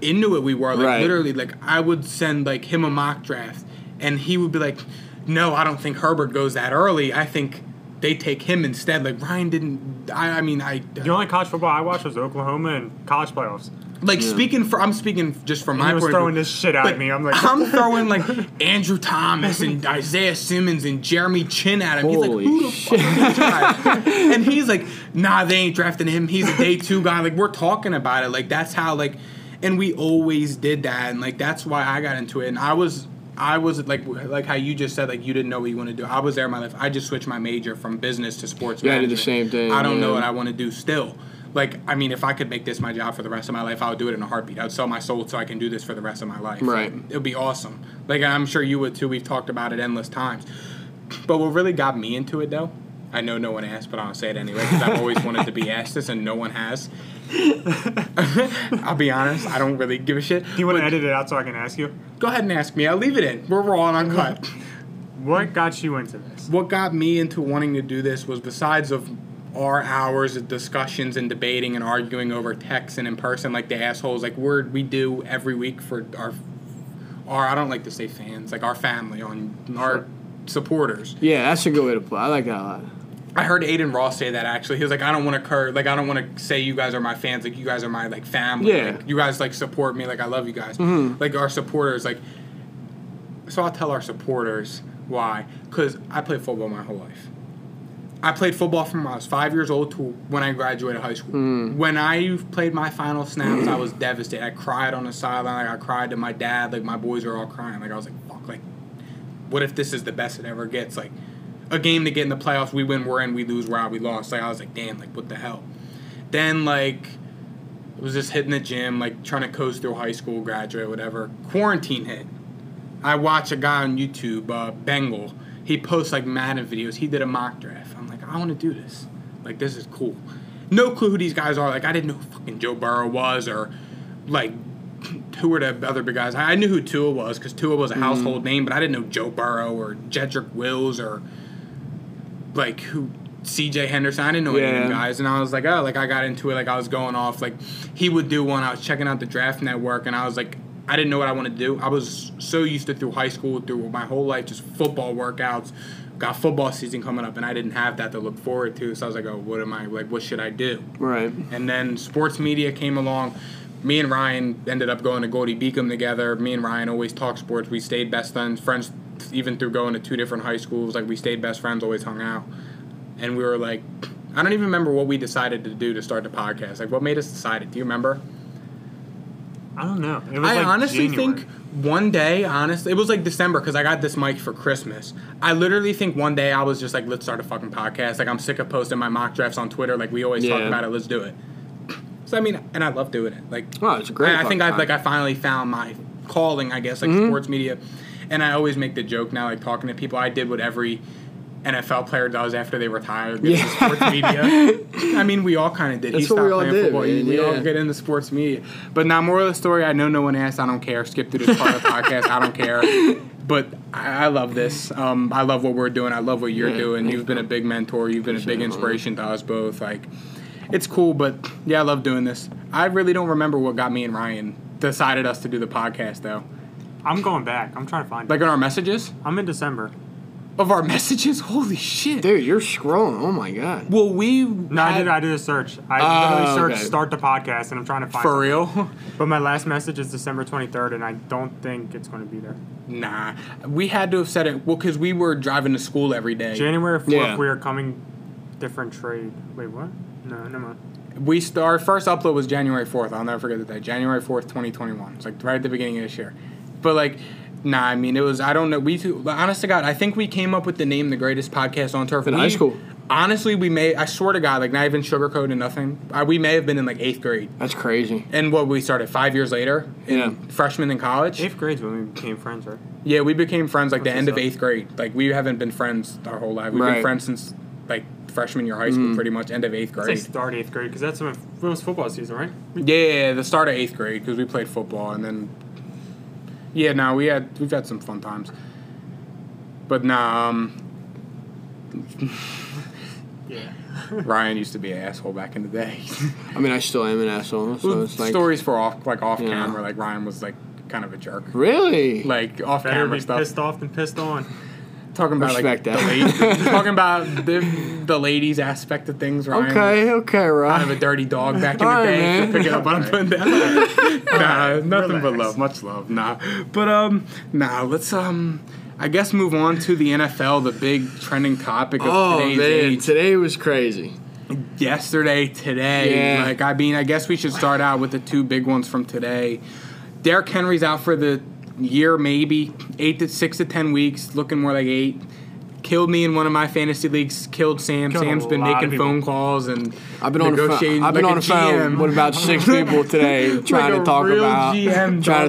into it we were like
Right.
literally like i would send like him a mock draft and he would be like no i don't think herbert goes that early i think they take him instead like ryan didn't i, I mean i
The only college football I watched was Oklahoma and college playoffs.
like speaking for i'm speaking just from my
He was
point of
throwing
view.
this shit at me. I'm like,
I'm throwing like Andrew Thomas and Isaiah Simmons and Jeremy Chin at him.
Holy
he's like, who the fuck is this guy? And he's like, nah, they ain't drafting him. He's a day two guy. Like we're talking about it. Like that's how like, and we always did that. And like that's why I got into it. And I was. I was like, like how you just said, like you didn't know what you want to do. I was there in my life. I just switched my major from business to sports.
Yeah, I did the
management.
same thing,
I don't know
yeah.
what I want to do still. Like, I mean, if I could make this my job for the rest of my life, I would do it in a heartbeat. I'd sell my soul so I can do this for the rest of my life.
Right.
It would be awesome. Like, I'm sure you would too. We've talked about it endless times. But what really got me into it, though, I know no one asked, but I'll say it anyway because I've always wanted to be asked this and no one has. I'll be honest, I don't really give a shit.
do you want to edit it out so I can ask you?
Go ahead and ask me. I'll leave it in. We're raw and uncut.
What got you into this?
what got me into wanting to do this was besides of our hours of discussions and debating and arguing over text and in person like the assholes like we're we do every week for our our I don't like to say fans like our family on our supporters.
Yeah, that's a good way to put. it. I like that a lot.
I heard Aiden Ross say that actually. He was like, I don't want to cur like I don't want to say you guys are my fans. Like you guys are my like family.
Yeah.
Like, you guys like support me. Like I love you guys. Like our supporters. Like so I'll tell our supporters why because I played football my whole life. I played football from when I was five years old to when I graduated high school. When I played my final snaps, I was devastated. I cried on the sideline. Like I cried to my dad. Like my boys are all crying. Like I was like, fuck. Like, what if this is the best it ever gets? Like, a game to get in the playoffs. We win, we're in. We lose, we're out. We lost. Like I was like, damn. Like what the hell? Then like was just hitting the gym, like trying to coast through high school, graduate, whatever. Quarantine hit. I watch a guy on YouTube, uh, Bengal. He posts like Madden videos. He did a mock draft. I'm like, I want to do this. Like, this is cool. No clue who these guys are. Like, I didn't know who fucking Joe Burrow was or like who were the other big guys. I knew who Tua was because Tua was a household name, but I didn't know Joe Burrow or Jedrick Wills or like who CJ Henderson. I didn't know any of them
Yeah.
guys, and I was like, oh, like I got into it, like I was going off. Like he would do one. I was checking out the draft network, and I was like, I didn't know what I wanted to do. I was so used to through high school, through my whole life, just football workouts. Got football season coming up, and I didn't have that to look forward to. So I was like, oh, what am I like? What should I do?
Right.
And then sports media came along. Me and Ryan ended up going to Goldie Beacom together. Me and Ryan always talked sports. We stayed best friends, friends even through going to two different high schools. Like we stayed best friends, always hung out. And we were like, I don't even remember what we decided to do to start the podcast. Like what made us decide it? Do you remember?
I don't know. It was
I
like
honestly
January.
think one day, honestly, it was like December because I got this mic for Christmas. I literally think one day I was just like, let's start a fucking podcast. Like I'm sick of posting my mock drafts on Twitter. Like we always talk
Yeah.
about it. Let's do it. So I mean, and I love doing it. Like
Oh, it's a great.
I, I think
fucking
I've like
time. Mm-hmm.
I finally found my calling, I guess, like sports media. And I always make the joke now, like talking to people. I did what every NFL player does after they retire. Get into
Yeah.
sports media. I mean, we all kind of did.
That's
he
what
stopped
we all
playing
did,
football.
man,
We all
yeah.
get into sports media. But now, moral of the story, I know no one asked. I don't care. Skip through this part of the podcast. I don't care. But I I love this. Um, I love what we're doing. I love what you're
Yeah,
doing.
thank
You've been a big mentor. You've been a
Appreciate
big
it, brother.
inspiration to us both. Like, it's cool, but yeah, I love doing this. I really don't remember what got me and Ryan decided us to do the podcast though.
I'm going back. I'm trying to find
Like
it.
in our messages
I'm in December.
of our messages. Holy shit!
Dude, you're scrolling. Oh my god.
Well, we
No, I did. I did a search. I literally
Oh,
searched
okay.
"start the podcast" and I'm trying to find.
for
it.
real.
But my last message is December 23rd, and I don't think it's going to be there.
nah, we had to have said it. Well, because we were driving to school every day.
January 4th,
Yeah.
we are coming different trade. Wait, what? No, never mind.
we st- our first upload was January fourth. I'll never forget the day. January fourth, twenty twenty one. It's like right at the beginning of this year. But like, nah. I mean, it was. I don't know. We two. but Honest to God, I think we came up with the name "The Greatest Podcast on Turf"
In
We-
high school.
Honestly, we may. I swear to God, like not even sugarcoating nothing. I, we may have been in like eighth grade,
That's crazy.
and what we started five years later,
Yeah.
freshman in college.
Eighth grade's when we became friends, right?
Yeah, we became friends like the
Which
end
is
of
up.
eighth grade. Like we haven't been friends our whole life. We've been
Right. Mm.
friends since like freshman year of high school, pretty much end of eighth
I'd say
grade.
start eighth grade because that's when it was football season, right?
Yeah, yeah, yeah, the start of eighth grade because we played football and then. Yeah, no, we had we've had some fun times, but nah, um,
Yeah.
Ryan used to be an asshole back in the day.
I mean, I still am an asshole. So it's like
Stories for off like off
Yeah.
camera, like Ryan was like kind of a jerk,
really.
like off
Better
camera
be
stuff.
pissed off than pissed on.
Talking about like
Respect
the
that.
ladies, talking about the the ladies aspect of things. Ryan
okay. Okay.
kind of
Right.
a dirty dog back in the
Alright,
day.
man.
Pick it up, what I'm putting down. nah, nothing but
Relax.
love, much love. Nah, but um, nah. Let's um, I guess move on to the NFL, the big trending topic of
Oh
today's
man,
age.
today was crazy.
Yesterday, today.
Yeah.
Like I mean, I guess we should start out with the two big ones from today. Derrick Henry's out for the year, maybe eight to six to ten weeks, looking more like eight. Killed me in one of my fantasy leagues. Killed Sam.
Killed a
Sam's been
lot of
making
people.
phone calls and
I've been on the phone.
negotiating
I've been
like
on
a
the phone
GM.
with about six people today, trying
a
to talk
real
about
GM,
trying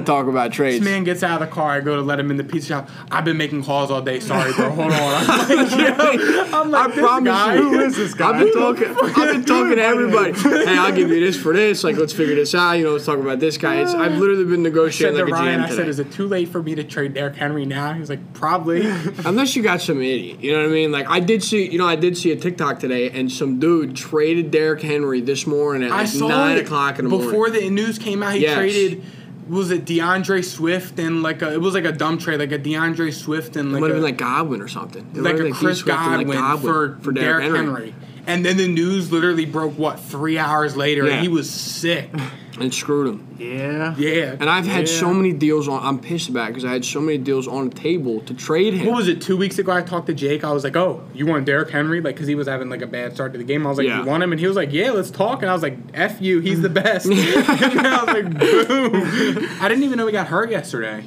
dog.
to talk about
This
trades.
man gets out of the car. I go to let him in the pizza shop. I've been making calls all day. Sorry, bro. Hold on. I'm like, yo, I'm like,
I
this
promise
guy-
you.
Who is this guy?
I've been talking. I've been talking to everybody. Hey, I'll give you this for this. Like, let's figure this out. You know, let's talk about this guy. It's, I've literally been
Said
negotiating
to
like a
Ryan,
GM
I said,
today.
"Is it too late for me to trade Derrick Henry now?" He's like, "Probably."
Unless you got some idiot, you know what I mean? Like I did see, you know, I did see a TikTok today, and some dude traded Derrick Henry this morning at
I
like
saw
nine
it
o'clock in the
before
morning.
the news came out. He
Yes.
traded. Was it DeAndre Swift and like a? It was like a dumb trade, like a DeAndre Swift and
It
like
might
a,
have been like Godwin or something. It
like
might have
a
been, D.
Chris
Swift and,
Godwin,
like,
for, for Derrick Henry. And then the news literally broke what three hours later,
Yeah.
and he was sick.
and screwed him.
Yeah.
Yeah,
And I've had
Yeah.
so many deals on. I'm pissed about because I had so many deals on the table to trade him.
what was it two weeks ago? I talked to Jake. I was like, "Oh, you want Derrick Henry?" Like, because he was having like a bad start to the game. I was like,
Yeah.
"You want him?" And he was like, "Yeah, let's talk." And I was like, "F you, he's the best." and I was like, "Boom!" I didn't even know he got hurt yesterday.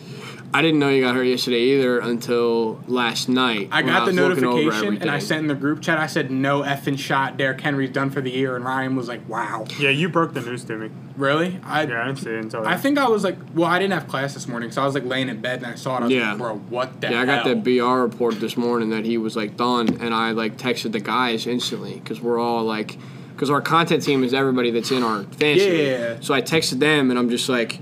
I didn't know you got hurt yesterday either until last night.
I
when
got the
was looking over
notification and I
everything.
sent in the group chat. I said, "No effing shot. Derrick Henry's done for the year." And Ryan was like, "Wow,
Yeah, you broke the news to me.
really?" I
Yeah, I didn't see it until
I think I was like, well, I didn't have class this morning, so I was like laying in bed and I saw it. I was
Yeah.
like, bro, what the
Yeah, I got
hell?
that BR report this morning that he was like done, and I like texted the guys instantly because we're all like, because our content team is everybody that's in our fantasy. league.
Yeah.
So I texted them, and I'm just like,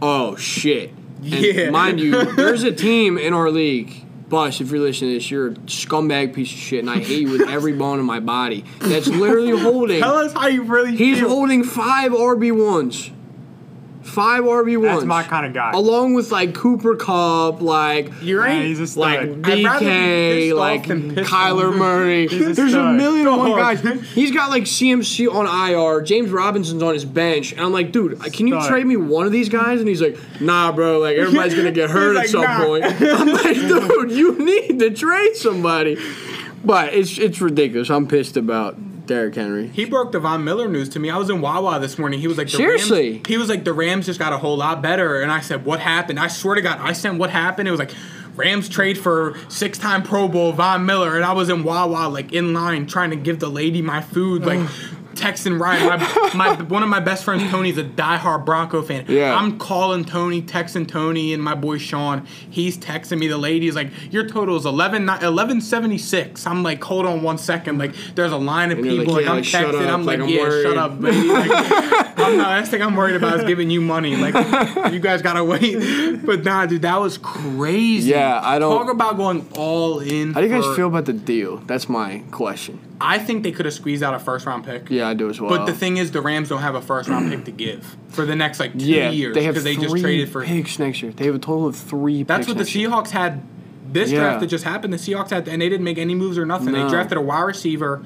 oh shit. And
Yeah.
Mind you, there's a team in our league. Bush, if you're listening to this, you're a scumbag piece of shit, and I hate you with every bone in my body. That's literally holding.
Tell us how you really
He's
feel.
holding five RB ones. Five RB ones.
That's my kind of guy.
Along with like Cooper Cup, like
You're
Yeah,
right.
he's a stud.
like
I'd rather be
DK,
pissed
like
off than pissed
Kyler
off.
Murray.
He's a
There's a
stud.
million and one
Dog.
guys. He's got like CMC on IR. James Robinson's on his bench, and I'm like, dude, can you
Stud.
trade me one of these guys? And he's like, Nah, bro. Like everybody's gonna get
He's
hurt at
like,
some
"Nah."
point. I'm like, dude, you need to trade somebody. But it's it's ridiculous. I'm pissed about Derrick Henry.
He broke the Von Miller news to me. I was in Wawa this morning. He was like, the
Seriously?
Rams, he was like, the Rams just got a whole lot better. And I said, what happened? I swear to God, I sent what happened. It was like, Rams trade for six-time Pro Bowl Von Miller, and I was in Wawa like in line trying to give the lady my food, like texting Ryan. My, my one of my best friends, Tony's a diehard Bronco fan.
Yeah.
I'm calling Tony, texting Tony, and my boy Sean. He's texting me. The lady's like, "Your total is 11, 1176." I'm like, "Hold on one second. Like, there's a line of
And you're
people like,
like, yeah,
I'm
like, shut
texting.
up,
I'm like,
like, I'm
yeah,
worried."
shut up, baby. Like, I'm not. Last thing I'm worried about is giving you money. Like, you guys gotta wait. But nah, dude, that was crazy.
Yeah, I don't-
talk about going all in.
How do you guys
for-
feel about the deal? That's my question.
I think they could have squeezed out a first round pick.
Yeah, I do as well.
But the thing is, the Rams don't have a first round pick to give for the next like two
yeah,
years
they have
because they,
three
just traded for.
picks next year. They have a total of three.
That's
picks
what the
next year.
Seahawks had. This
Yeah.
draft that just happened, the Seahawks had, and they didn't make any moves or nothing.
No.
They drafted a wide receiver,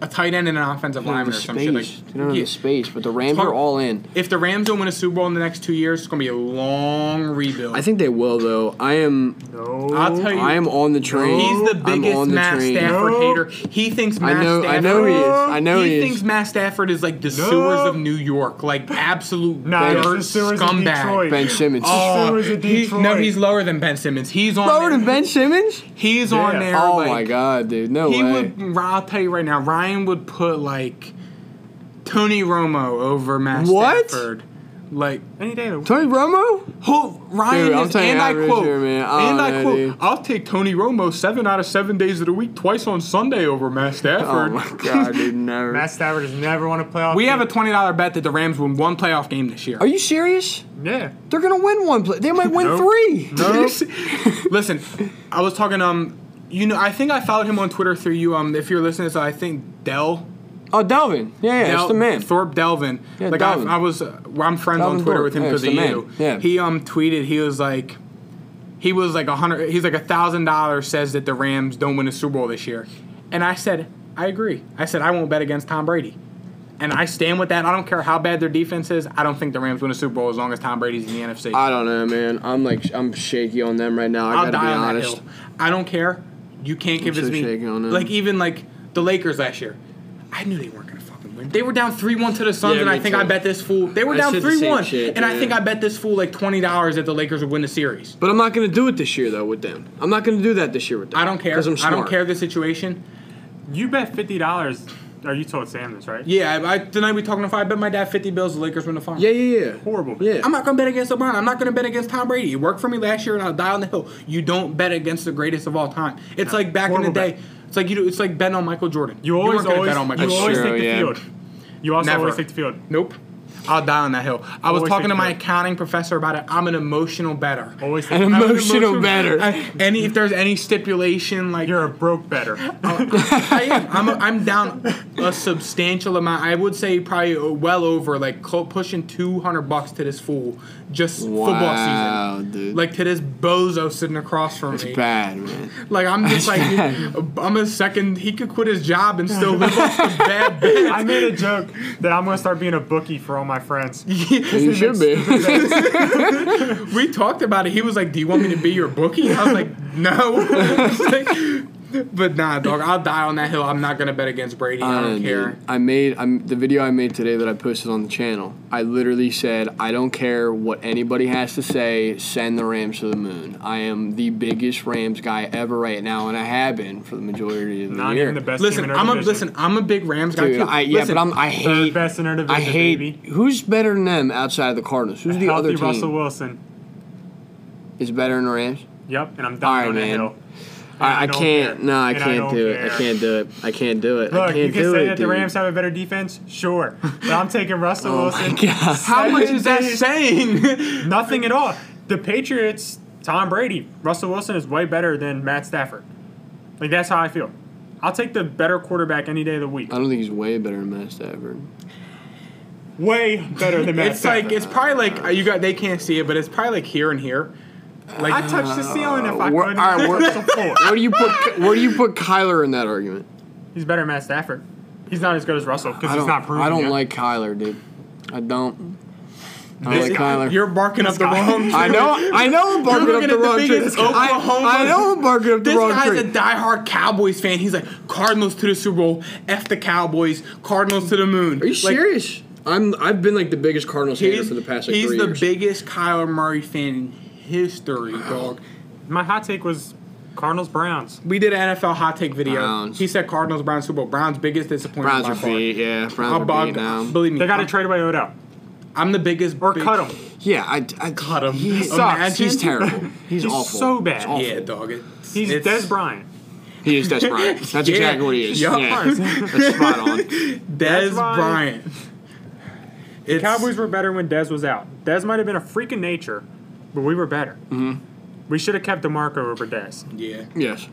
a tight end, and an offensive
They don't have
lineman
the
or some shit. Like,
space. They don't have
yeah.
the space, but the Rams
Talk-
are all in.
If the Rams don't win a Super Bowl in the next two years, it's going to be a long rebuild.
I think they will though. I am
no.
I'll tell you,
I am on the train.
he's the
I'm
biggest
on the
Matt
train.
Stafford
No.
hater. He thinks
I
Matt
know I
Stafford.
know he is. I know he,
he
is.
thinks Matt Stafford is like the sewers of New York, like absolute
Nah,
dirt
that's the sewers of
scumbag.
Detroit.
Ben Simmons.
Oh,
Uh,
sewers of
he-
Detroit.
no, he's lower than Ben Simmons. He's on.
Lower
there.
than Ben Simmons?
He's on
Yeah.
there.
Oh
like,
my god, dude. No
He
way.
would. I'll tell you right now. Ryan would put like Tony Romo over Matt
What?
Stafford. Like
any day. of the
Tony Romo?
Who Ryan
Dude, I'm
is,
telling you,
and I
I'm
quote,
sure, man. Oh, I
and
don't
I
know,
quote,
dude.
I'll take Tony Romo seven out of seven days of the week, twice on Sunday over Matt
Oh
Stafford.
my god, dude, never.
Matt Stafford has never won a playoff.
we
game.
have a twenty dollar bet that the Rams win one playoff game this year.
Are you serious?
yeah.
They're gonna win one play. They might win
Nope.
three.
Listen, I was talking um, you know, I think I followed him on Twitter through you. Um, if you're listening, so I think Dell
Oh, Delvin. Yeah, yeah,
Del-
that's the man.
Thorpe Delvin.
Yeah,
like I,
Delvin.
I was, uh, well, I'm friends
Delvin
on Twitter
Thorpe.
with him
Yeah,
because
it's
of
the man.
you.
Yeah.
He um tweeted. He was like, he was like a hundred. He's like a thousand dollars says that the Rams don't win a Super Bowl this year, and I said I agree. I said I won't bet against Tom Brady. And I stand with that. I don't care how bad their defense is. I don't think the Rams win a Super Bowl as long as Tom Brady's in the NFC.
I don't know, man. I'm like I'm shaky on them right now. I
I'll
gotta be
die on
honest.
that hill. I don't care. You can't give
so
it to me.
shaking on them.
Like even like the Lakers last year, I knew they weren't gonna fucking win. They were down three one to the Suns,
Yeah,
and I
me
think
too.
I bet this fool. They were
I
down
said the
three
same
one,
shit,
and I
yeah.
think I bet this fool like twenty dollars that the Lakers would win the series.
But I'm not going to do it this year though with them. I'm not going to do that this year with them.
I don't care.
Because I'm
I
smart.
don't care the situation.
You bet fifty dollars. Or you told Sam this, right?
Yeah, I, I, tonight we talking to five. I bet my dad fifty bills. The Lakers win the final.
Yeah, yeah, yeah.
Horrible.
Yeah.
I'm not gonna bet against LeBron. I'm not gonna bet against Tom Brady. It worked for me last year, and I'll die on the hill. You don't bet against the greatest of all time. It's like back in the
Horrible
day.
bet.
It's like you. do- It's like betting on Michael Jordan.
You always
weren't gonna
always
bet on Michael
you
Jordan.
always
That's
take the
true, yeah.
field. You also
Never.
always take the field.
Nope. I'll die on that hill. I was
Always
talking
think
to my
that.
accounting professor about it. I'm an emotional better.
Always take
An
the field.
emotional better.
I, any if there's any stipulation like
You're a broke better.
I am I'm, a, I'm down a substantial amount. I would say probably well over like clo- pushing 200 bucks to this fool just football season.
Wow, dude.
Like to this bozo sitting across from me.
bad, man.
Like I'm just like I'm a second. He could quit his job and still live off the bad bits.
I made a joke that I'm gonna start being a bookie for all my friends.
you should be.
We talked about it. He was like, "Do you want me to be your bookie?" I was like, "No." I was like, But nah, dog, I'll die on that hill. I'm not gonna bet against Brady. I
Uh,
don't
dude,
care.
I made I'm, the video I made today that I posted on the channel. I literally said, I don't care what anybody has to say. Send the Rams to the moon. I am the biggest Rams guy ever right now, and I have been for the majority of the
Not
year.
even the best team
Listen,
in our
I'm a
division.
listen. I'm a big Rams guy
Dude,
too.
I, yeah,
Listen,
but I'm, I
Third
hate.
best in our division,
I hate.
baby.
Who's better than them outside of the Cardinals? Who's the
Healthy
other team?
Russell Wilson.
Is better than the Rams?
Yep, and I'm
All right,
dying on the
man.
hill.
I, I
don't
can't.
care.
No, I
And I
can't
don't
do it. I
care.
can't do it. I can't do it. I
Look,
can't
you can
do
say
it,
that the
dude.
Rams have a better defense, sure, but I'm taking Russell
Oh my
Wilson.
God.
How much is that
Seven
saying?
Nothing at all. The Patriots, Tom Brady, Russell Wilson is way better than Matt Stafford. Like that's how I feel. I'll take the better quarterback any day of the week.
I don't think he's way better than Matt Stafford.
Way better than Matt
it's
Stafford.
like it's probably like uh, you got. They can't see it, but it's probably like here and here. Like
I touch the ceiling if I
Uh, we're-
could.
all right, we're-
Touch the floor.
Where do you put Where do you put Kyler in that argument?
He's better than Matt Stafford. He's not as good as Russell because
I
he's
don't.
not proven.
I don't
yet.
like Kyler, dude. I don't. I
This-
like Kyler.
You're barking up the
guy.
wrong.
I know. I know. I'm barking up
looking
the
at the
wrong tree.
biggest Oklahoma-
I, I know. I'm barking up the
This
wrong
guy's
tree.
a diehard Cowboys fan. He's like Cardinals to the Super Bowl, f the Cowboys, Cardinals to the moon.
Are you
Like,
serious? I'm. I've been like the biggest Cardinals hater
He's,
for the past like
he's
three
the
years.
biggest Kyler Murray fan in history, dog.
My hot take was Cardinals Browns.
We did an NFL hot take video.
Browns.
He said Cardinals, Browns, Super Bowl. Browns' biggest disappointment
Browns
by
are
far.
beat. Yeah,
I'm
Browns are beat
bugged.
now.
Believe me,
They got to
I'm-
trade away Odell
I'm the biggest.
or
big-
cut him.
Yeah, I. I cut
him.
He
Imagine.
sucks. He's terrible. He's,
He's
awful.
so bad.
He's awful.
Yeah, dog. It's,
He's
it's,
Des Bryant.
He is Des Bryant. That's
Yeah.
exactly what he is.
Yeah.
Yeah. That's spot on.
Des
Des Bryant.
Bryant. It's,
Cowboys were better when Dez was out. Dez might have been a freak of nature, but we were better. Mm-hmm. We should have kept DeMarco over Dez.
Yeah,
Yes.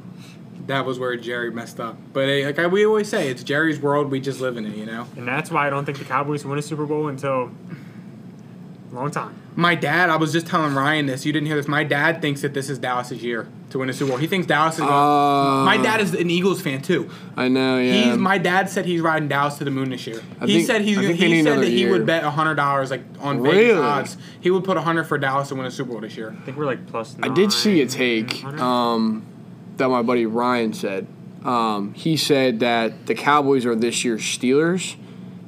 that was where Jerry messed up. But eh, like I, we always say, it's Jerry's world. We just live in it, you know.
And that's why I don't think the Cowboys win a Super Bowl until a long time.
My dad, I was just telling Ryan this. You didn't hear this. My dad thinks that this is Dallas's year to win a Super Bowl. He thinks Dallas is. going
Uh,
my dad is an Eagles fan too.
I know. Yeah.
He's my dad said he's riding Dallas to the moon this year.
I
he
think-
said he's
I think they
he
need
said
another
that he
year.
would bet hundred dollars like on Vegas
Really?
odds. He would put hundred for Dallas to win a Super Bowl this year.
I think we're like plus
I
nine.
did see a take
I don't know.
um, that my buddy Ryan said. Um, he said that the Cowboys are this year's Steelers,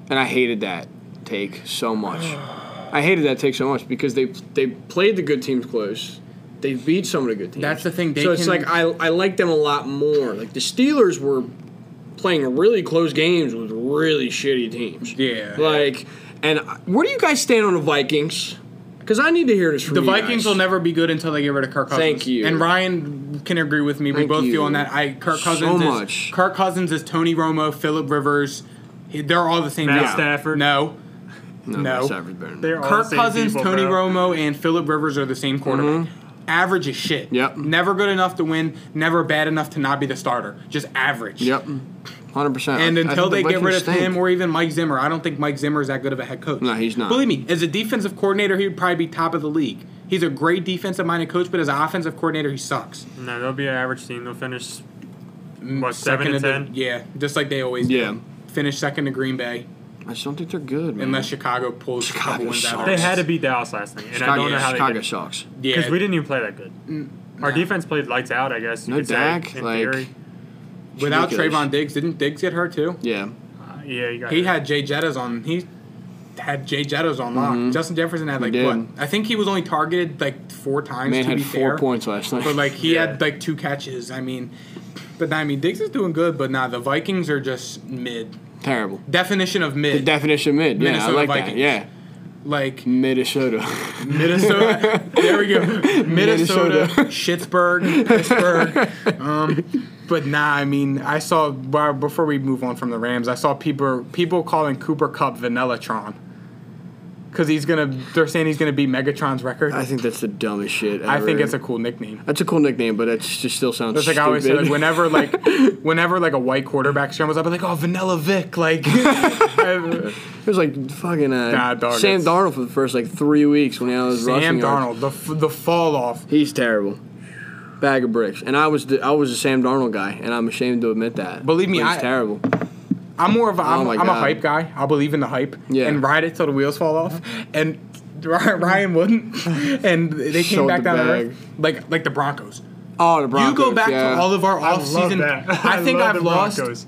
and I hated that take so much. I hated that take so much because they they played the good teams close. They beat some of the good teams.
That's the thing, they
so it's
can-
like I I like them a lot more. Like the Steelers were playing really close games with really shitty teams.
Yeah.
Like, and I- where do you guys stand on the Vikings? Because I need to hear this from
The
you
Vikings
guys.
will never be good until they get rid of Kirk Cousins.
Thank you.
And Ryan can agree with me. We
Thank
both
you
feel on that. I Kirk
so
Cousins. is,
much.
Kirk Cousins is Tony Romo, Philip Rivers. He- They're all the same.
Matt
guy.
Stafford.
No. No.
Stafford's better than
They're all the
Kirk
same
Cousins,
people,
Tony
bro.
Romo, and Philip Rivers are the same quarterback. Average as shit.
Mm-hmm. Yep.
Never good enough to win. Never bad enough to not be the starter. Just average.
Yep, hundred percent.
And until they get rid of him or even Mike Zimmer, I don't think Mike Zimmer is that good of a head coach.
No, he's not.
Believe me, as a defensive coordinator, he would probably be top of the league. He's a great defensive minded coach, but as an offensive coordinator, he sucks.
No, they'll be an average team. They'll finish what
Mm, Second
seven to
of
ten.
The, yeah, just like they always
Yeah.
do. Finish second to Green Bay,
I just don't think they're good, man.
unless Chicago pulls a couple
Chicago
wins out of
Mm. sucks.
they
it.
had to beat Dallas last night, and I
Chicago,
don't know how
Chicago
they
sucks.
Yeah, Mm,
because we didn't even play that good. Our defense played lights out, I guess. You
No
could say,
Dak,
in
like-
theory.
without
ridiculous.
Trayvon Diggs, didn't Diggs get hurt too?
Yeah,
Uh, yeah, you got
He
it.
had Jay Jettas on. He had Jay Jettas on lock. Justin Jefferson had like
Mm-hmm. did.
what? I think he was only targeted like four times.
man
to
had
be
four
fair.
points last night.
But like he
Yeah.
had like two catches. I mean, but I mean Diggs is doing good. But nah, the Vikings are just mid
terrible.
definition of mid.
Definition of mid. Yeah,
Minnesota
I like that.
Vikings.
Yeah,
like
Minnesota.
Minnesota. there we go. Minnesota, Schittsburg, Pittsburgh. Um, but nah, I mean, I saw well, before we move on from the Rams, I saw people people calling Cooper Cup Vanellatron. Cause he's gonna, they're saying he's gonna be Megatron's record.
I
I,
think that's the dumbest shit. Ever.
think it's a cool nickname.
that's a cool nickname, but that just still sounds.
It's like
stupid.
I always say, like whenever like, whenever like a white quarterback scrambles up, I'm like, oh, Vanilla Vic, like. I-
it was like fucking uh,
Nah, dog,
Sam
it's-
Darnold for the first like three weeks when he was
Sam
rushing yards.
Darnold, the f- the fall off.
He's terrible. Bag of bricks, and I was the, I was a Sam Darnold guy, and I'm ashamed to admit that.
Believe me,
But he's
I-
terrible.
I'm more of a, I'm,
Oh my
I'm a
God.
hype guy. I believe in the hype
Yeah.
and ride it till the wheels fall off. And Ryan wouldn't, and they came
Sold
back
the
down to
bag.
earth like like the Broncos.
Oh, the Broncos.
you go back
yeah.
to all of our off
love
season.
that.
I, think
love
I've
the
lost.
Broncos.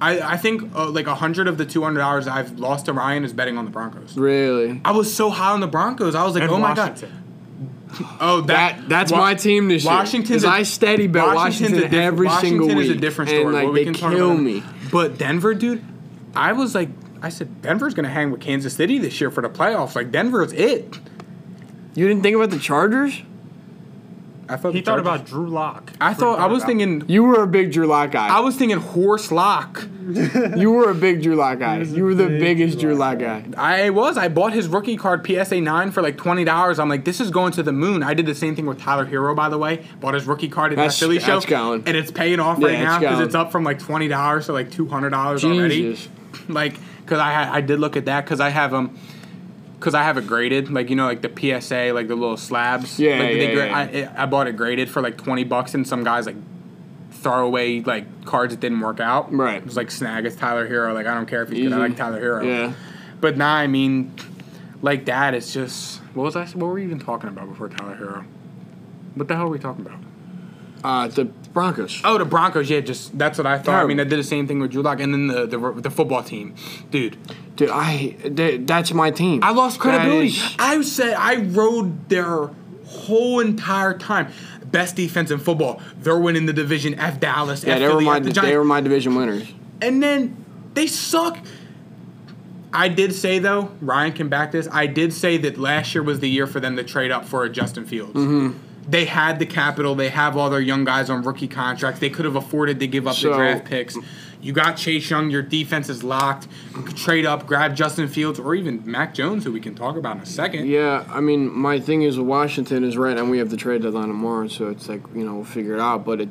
I, I think uh, like hundred of the two hundred dollars I've lost to Ryan is betting on the Broncos.
Really?
I was so high on the Broncos. I was like,
And
oh
Washington.
my god. Oh, that,
That that's
Wa-
my team this year.
Washington's
Washington's
a-
I steady bet
Washington's
Washington
a diff-
every
Washington
single week.
is a different story.
And like
but we
they
can talk
kill
about it.
me.
But Denver, dude, I was like, I said Denver's gonna hang with Kansas City this year for the playoffs. Like Denver's it.
You didn't think about the Chargers?
I thought
He
the
thought
Chargers-
about Drew Lock.
I thought I was thinking.
You were a big Drew Lock guy.
I was thinking horse lock.
you were a big Drew Lock guy.
was a
You were the
big
biggest
Drew
Drew
Lock
Lock guy.
I was. I bought his rookie card PSA nine for like twenty dollars. I'm like, this is going to the moon. I did the same thing with Tyler Hero, by the way. Bought his rookie card at the
That's-
Philly show,
that's going.
and it's paying off
Yeah,
right
it's
now because
going.
it's up from like twenty dollars to like two hundred dollars already.
Jesus.
Like, because I had, I did look at that because I have um. Because I have it graded, like you know, like the PSA, like the little slabs.
Yeah,
like, they
yeah,
gra-
yeah.
I, it- I bought it graded for like twenty bucks, and some guys like throw away like cards that didn't work out.
Right.
It was like snag. It's Tyler Hero. Like I don't care if he's good. I
Easy.
like Tyler Hero.
Yeah.
But nah, I mean, like that, it's just what was I? What were we even talking about before Tyler Hero? What the hell were we talking about?
Uh, the Broncos.
Oh, the Broncos. Yeah, just that's what I thought. I
Terrible.
mean, I did the same thing with Drew Lock, and then the the, the football team, dude.
Dude, I th- that's my team.
I lost
That
credibility.
is-
I said I rode their whole entire time. Best defense in football. They're winning the division. F Dallas.
yeah,
F
they were
Philly,
my
F the
they
Giants.
were my division winners.
and then they suck. I did say though, Ryan can back this. I did say that last year was the year for them to trade up for a Justin Fields. They had the capital. They have all their young guys on rookie contracts. They could have afforded to give up the
So-
draft picks. You got Chase Young. Your defense is locked. Trade up, grab Justin Fields or even Mac Jones, who we can talk about in a second.
Yeah, I mean, my thing is Washington is right, and we have the trade deadline tomorrow, so it's like you know we'll figure it out. But it,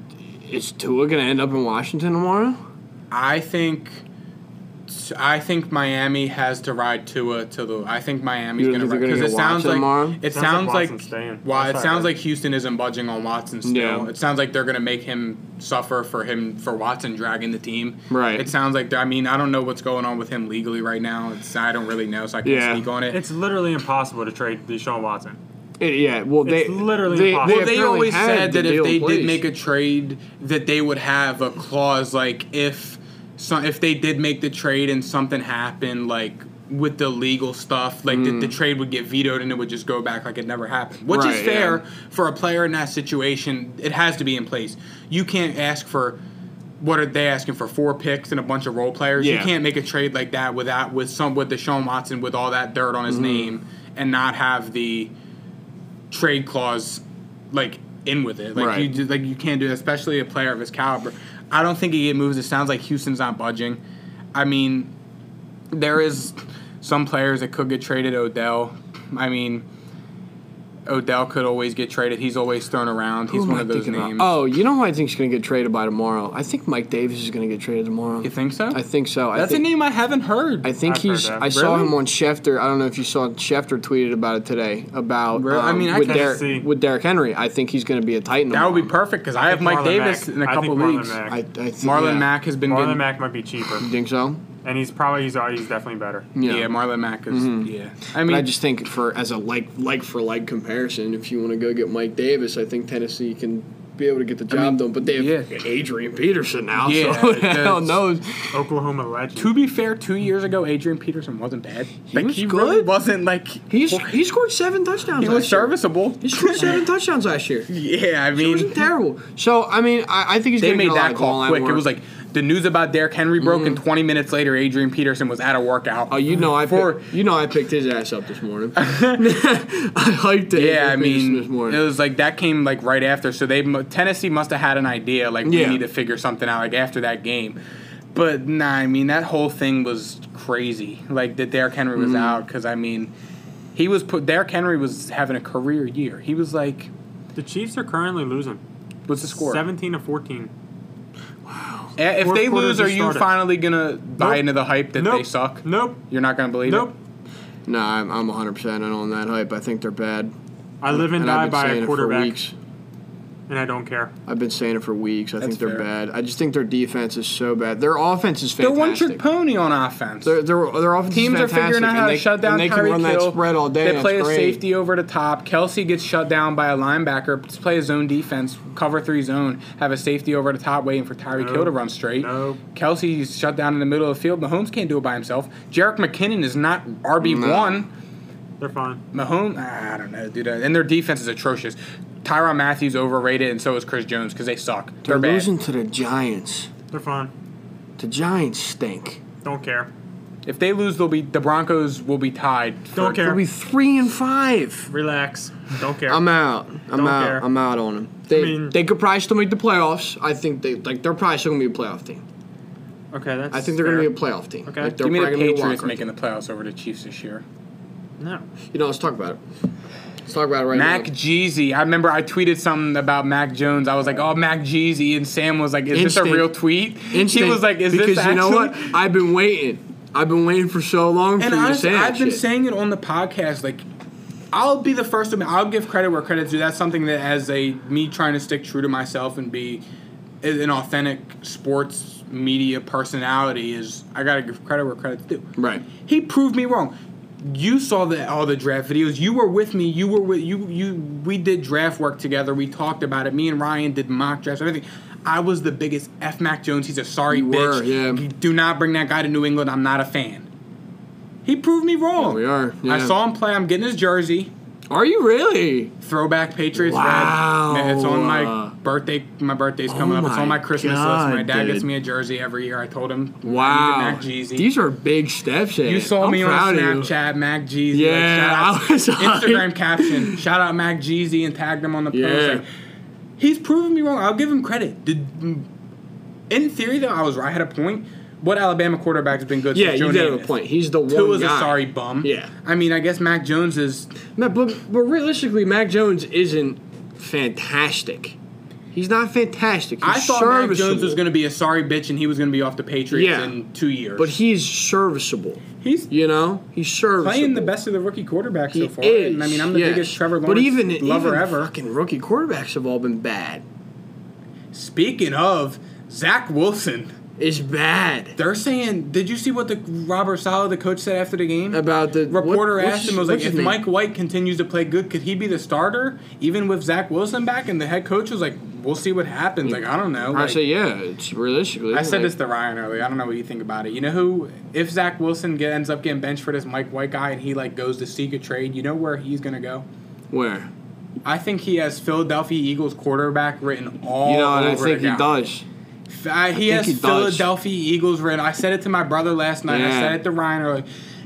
is Tua gonna end up in Washington tomorrow?
I think. I think Miami has to ride Tua to the. I think Miami's
You
going to
think they're
ride because
gonna
it
get
sounds
Watson
like
tomorrow?
it sounds
Sounds like
like,
Watson's staying.
well, it
That's
sounds
right.
like Houston isn't budging on Watson still.
Yeah.
It sounds like they're going to make him suffer for him for Watson dragging the team.
Right.
It sounds like I mean I don't know what's going on with him legally right now. It's I don't really know, so I can't
Yeah.
speak on it.
It's literally impossible to trade Deshaun Watson.
It, yeah, well they
It's literally
they,
impossible.
well, they
apparently
always said
had the
that if
deal
they
in place.
did make a trade, that they would have a clause like if some if they did make the trade and something happened, like with the legal stuff, like the, the trade would get vetoed and it would just go back like it never happened, which is
Hmm. Right, yeah.
fair for a player in that situation. It has to be in place. You can't ask for. What are they asking for? Four picks and a bunch of role players. You
Yeah.
can't make a trade like that without with some with Deshaun Watson with all that dirt on
Mm-hmm.
his name and not have the trade clause like in with it. Like
Right.
you just, like you can't do that, especially a player of his caliber. I don't think he moves. It sounds like Houston's not budging. I mean, there is some players that could get traded. Odell. I mean, Odell could always get traded. He's always thrown around. He's
Who am
one
I
of those
thinking about?
names.
Oh, you know who I think is going to get traded by tomorrow? I think Mike Davis is going to get traded tomorrow.
You think so?
I think so. I
That's
think,
a name I haven't heard.
I think
I've heard
he's.
that.
I saw
Really?
him on Schefter. I don't know if you saw Schefter tweeted about it today about.
Really? I
um,
mean, I
with
kinda
Derek,
see.
with Derrick Henry, I think he's going to be a Titan.
that would be
tomorrow.
perfect because I have
think
Mike
Marlon
Davis
Mack.
in a
I
couple
think Marlon
leagues.
Mack.
I, I think,
Marlon
yeah.
Mack has been
Marlon
getting-
Mack might be cheaper,
You think so?
and he's probably he's, already- he's definitely better.
Yeah. Marlon Mack is. Yeah, I mean,
Mm-hmm. But I just think for as a like like for like comparison, if you want to go get Mike Davis, I think Tennessee can be able to get the job done. But they have
yeah.
Adrian Peterson now,
Yeah,
so who the
that's-
hell knows?
Oklahoma legend.
To be fair, two years ago, Adrian Peterson wasn't bad. He
was
he
good.
really wasn't like
He's he scored seven touchdowns.
he was
last year.
serviceable.
He scored seven touchdowns last year.
Yeah, I
It wasn't
mean,
terrible. So I mean, I, I think he's
they
gonna
made
get a lot
that
of
call
goal-line
quick. It
work.
was like the news about Derrick Henry broke,
Mm.
and 20 minutes later, Adrian Peterson was at a workout.
Oh, you know I
For-
pick, you know I picked his ass up this morning. I liked it.
yeah, I mean,
this morning.
it was like that came like right after. So they mu- Tennessee must have had an idea like we
Yeah.
need to figure something out like after that game. But nah, I mean that whole thing was crazy. Like that Derrick Henry was out because I mean he was put. Derrick Henry was having a career year. He was like,
The Chiefs are currently losing.
what's the score?
Seventeen to fourteen.
Uh, If
Fourth
they
quarter
lose, are
just
you
started.
finally gonna buy
Nope.
into the hype that
nope.
they suck?
Nope.
You're not gonna believe
Nope.
no, I'm, I'm 100 percent in on that hype. I think they're bad.
I live and,
And
die
I've been
by
saying
a
it for
quarterback.
weeks.
and I don't care.
I've been saying it for weeks. I think
That's
they're
fair.
bad. I just think their defense is so bad. Their offense is
They're
fantastic.
one trick pony on offense.
Their, their, their offense
Teams
is
are
fantastic.
figuring out
and
how
they,
to shut down
and they can
Tyreek
run
Hill.
that spread all day.
They
That's
play a
great.
safety over the top. Kelsey gets shut down by a linebacker. Let's play a zone defense, cover three zone, have a safety over the top waiting for Tyreek Hill to run straight.
Nope.
Kelsey's shut down in the middle of the field. Mahomes can't do it by himself. Jarek McKinnon is not RB1.
They're fine.
Mahomes, I don't know, dude. And their defense is atrocious. Tyron Matthews overrated, and so is Chris Jones because they suck. They're,
They're
bad.
losing to the Giants.
They're fine.
The Giants stink.
Don't care.
If they lose, they'll be the Broncos will be tied. for-
Don't care.
They'll be three and five.
Relax. Don't care.
I'm out. I'm
Don't
out.
care.
I'm out on them. They,
mean-
they could probably still make the playoffs. I think they like they're probably still gonna be a playoff team.
okay, that's.
I think they're
fair.
gonna be a playoff team.
Okay.
Like, they're
Give me the
probably gonna be a
Patriots
wild card
making the playoffs over the Chiefs this year.
No.
team. You know, let's talk about it. Let's talk about it right
Mac
now.
Jeezy. I remember I tweeted something about Mac Jones. I was like, "Oh, Mac Jeezy," and Sam was like, "Is this a
Instinct.
real tweet?" He
Instant,
was like, "Is
because
this
you
actually?"
know what? I've been waiting. I've been waiting for so long
And
for you to
honestly,
say that
I've been
shit.
saying it on the podcast. Like, I'll be the first to. I'll give credit where credit's due. That's something that, as a me trying to stick true to myself and be an authentic sports media personality, is I gotta give credit where credit's due.
Right.
He proved me wrong. You saw the all the draft videos. You were with me. You were with you. You we did draft work together. We talked about it. Me and Ryan did mock drafts. Everything. I was the biggest F Mac Jones. He's a sorry
You were,
bitch.
yeah.
Do not bring that guy to New England. I'm not a fan. He proved me wrong.
We are.
I
yeah.
saw him play. I'm getting his jersey.
Are you really?
Throwback Patriots
Wow.
red. Man, It's on
Uh, oh
my birthday. My birthday's coming up. It's
my
on my Christmas
God,
list. My dad gets
dude.
me a jersey every year. I told him. I needed
Wow.
Mac Jeezy.
These are big steps. in
You
it.
saw
I'm
me on
proud of you.
Snapchat, Mac Jeezy. like,
Yeah,
shout out-
I was on-
Instagram caption. Shout out Mac Jeezy and tagged him on the post.
Yeah.
Like, he's proven me wrong. I'll give him credit. Did, in theory, though, I was right. I had a point. What Alabama quarterback has been good?
Yeah,
since
you
Joe
did have a
Namath?
point. He's the
Two
one
is
guy.
a sorry bum.
Yeah.
I mean, I guess Mac Jones is.
Ma- but but realistically, Mac Jones isn't fantastic. He's not fantastic. He's
I thought Mac
serviceable,
Jones was going to be a sorry bitch and he was going to be off the Patriots
Yeah.
in two years.
but he's serviceable.
he's
You know, he's serviceable.
playing the best of the rookie quarterbacks
He
so far.
is.
And I mean, I'm the
yes.
biggest Trevor Lawrence
but even,
lover
even
ever.
Fucking rookie quarterbacks have all been bad.
Speaking of Zach Wilson.
It's bad.
They're saying, did you see what the Robert Sala, the coach, said after the game?
About the- what-
reporter
what's
asked
his-
him was like,
what's
if
his name?
Mike White continues to play good, could he be the starter even with Zach Wilson back? And the head coach was like, we'll see what happens. Like I don't know.
I
Like,
say yeah. It's realistically.
I said
like,
this to Ryan earlier. I don't know what you think about it. You know who, if Zach Wilson get, ends up getting benched for this Mike White guy and he like goes to seek a trade, you know where he's gonna go?
where
I think he has Philadelphia Eagles quarterback written all
you know, and
over
I think
the
he
ground.
does.
I, he
think
has
he does.
Philadelphia Eagles written. I said it to my brother last night. I
Yeah.
said it to Ryan earlier.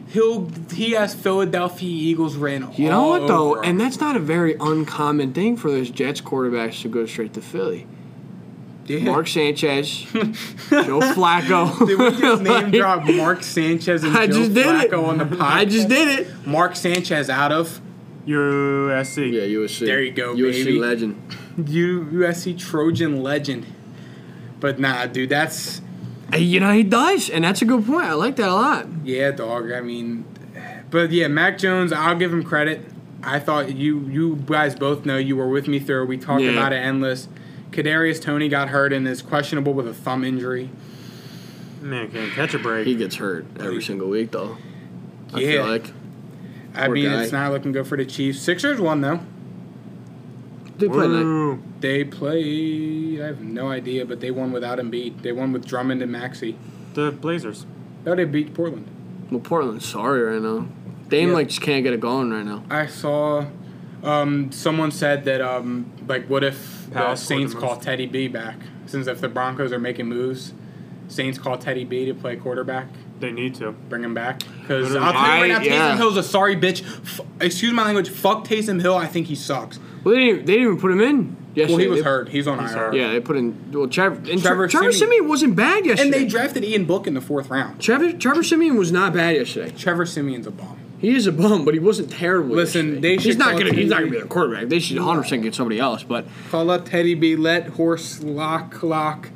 He'll he has Philadelphia Eagles written.
You know
all
what though,
over him.
and that's not a very uncommon thing for those Jets quarterbacks to go straight to Philly.
Yeah.
Mark Sanchez, Joe Flacco.
Did we just name
Like,
drop Mark Sanchez and
I
Joe
just did
Flacco
it.
on the podcast?
I just did it.
Mark Sanchez out of
USC.
USC.
There you go, USC baby.
legend.
U- USC Trojan legend. But nah, dude, that's
You know he does, and that's a good point. I like that a lot.
yeah, dog. I mean, but yeah, Mac Jones. I'll give him credit. I thought you you guys both know you were with me through. We talked
Yeah.
about it endless. Kadarius Tony got hurt and is questionable with a thumb injury.
Man, can't catch a break.
He gets hurt every single week though. I
Yeah.
feel like.
I
Poor
mean,
guy.
it's not looking good for the Chiefs. Sixers won though.
They play night.
Woo.
They played. I have no idea, but they won without Embiid. They won with Drummond and Maxey.
The Blazers.
No, they beat Portland.
Well, Portland's sorry right now. Dame
Yeah.
like just can't get it going right now.
I saw um, someone said that um, like what if the
Powell scored
Saints
the
call
most.
Teddy B back? Since if the Broncos are making moves, Saints call Teddy B to play quarterback,
They need to.
bring him back. Because
Literally.
I'll tell you right now,
I-
Taysom
yeah.
Hill's a sorry bitch. F- excuse my language. Fuck Taysom Hill. I think he sucks.
Well, they didn't, they didn't even put him in. Yesterday.
Well, he was
They-
hurt. He's on
He's
IR.
hurt.
Yeah, they put in. Well, Trevor and
Trevor
Trevor, Trevor
Siemian.
Simeon wasn't bad yesterday.
And they drafted Ian Book in the fourth round.
Trevor Trevor Simeon was not bad yesterday.
Trevor Simeon's a bomb.
He is a bum, but he wasn't terrible.
Listen,
yesterday.
they
he's
should
not
call
gonna he's not
Teddy-
gonna be the quarterback. They should 100 percent get somebody else. But
Call up Teddy B. Let horse lock lock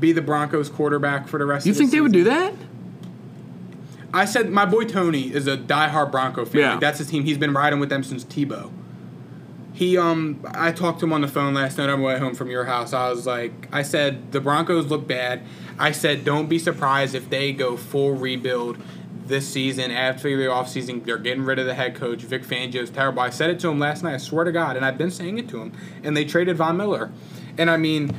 be the Broncos quarterback for the rest.
you
of the
think they would
season.
do that?
I said my boy Tony is a diehard Bronco fan.
Yeah.
Like, that's his team. He's been riding with them since Tebow. He um I talked to him on the phone last night on my way home from your house. I was like I said the Broncos look bad. I said don't be surprised if they go full rebuild this season after the offseason. They're getting rid of the head coach. Vic Fangio's terrible. I said it to him last night, I swear to God, and I've been saying it to him. And they traded Von Miller. And I mean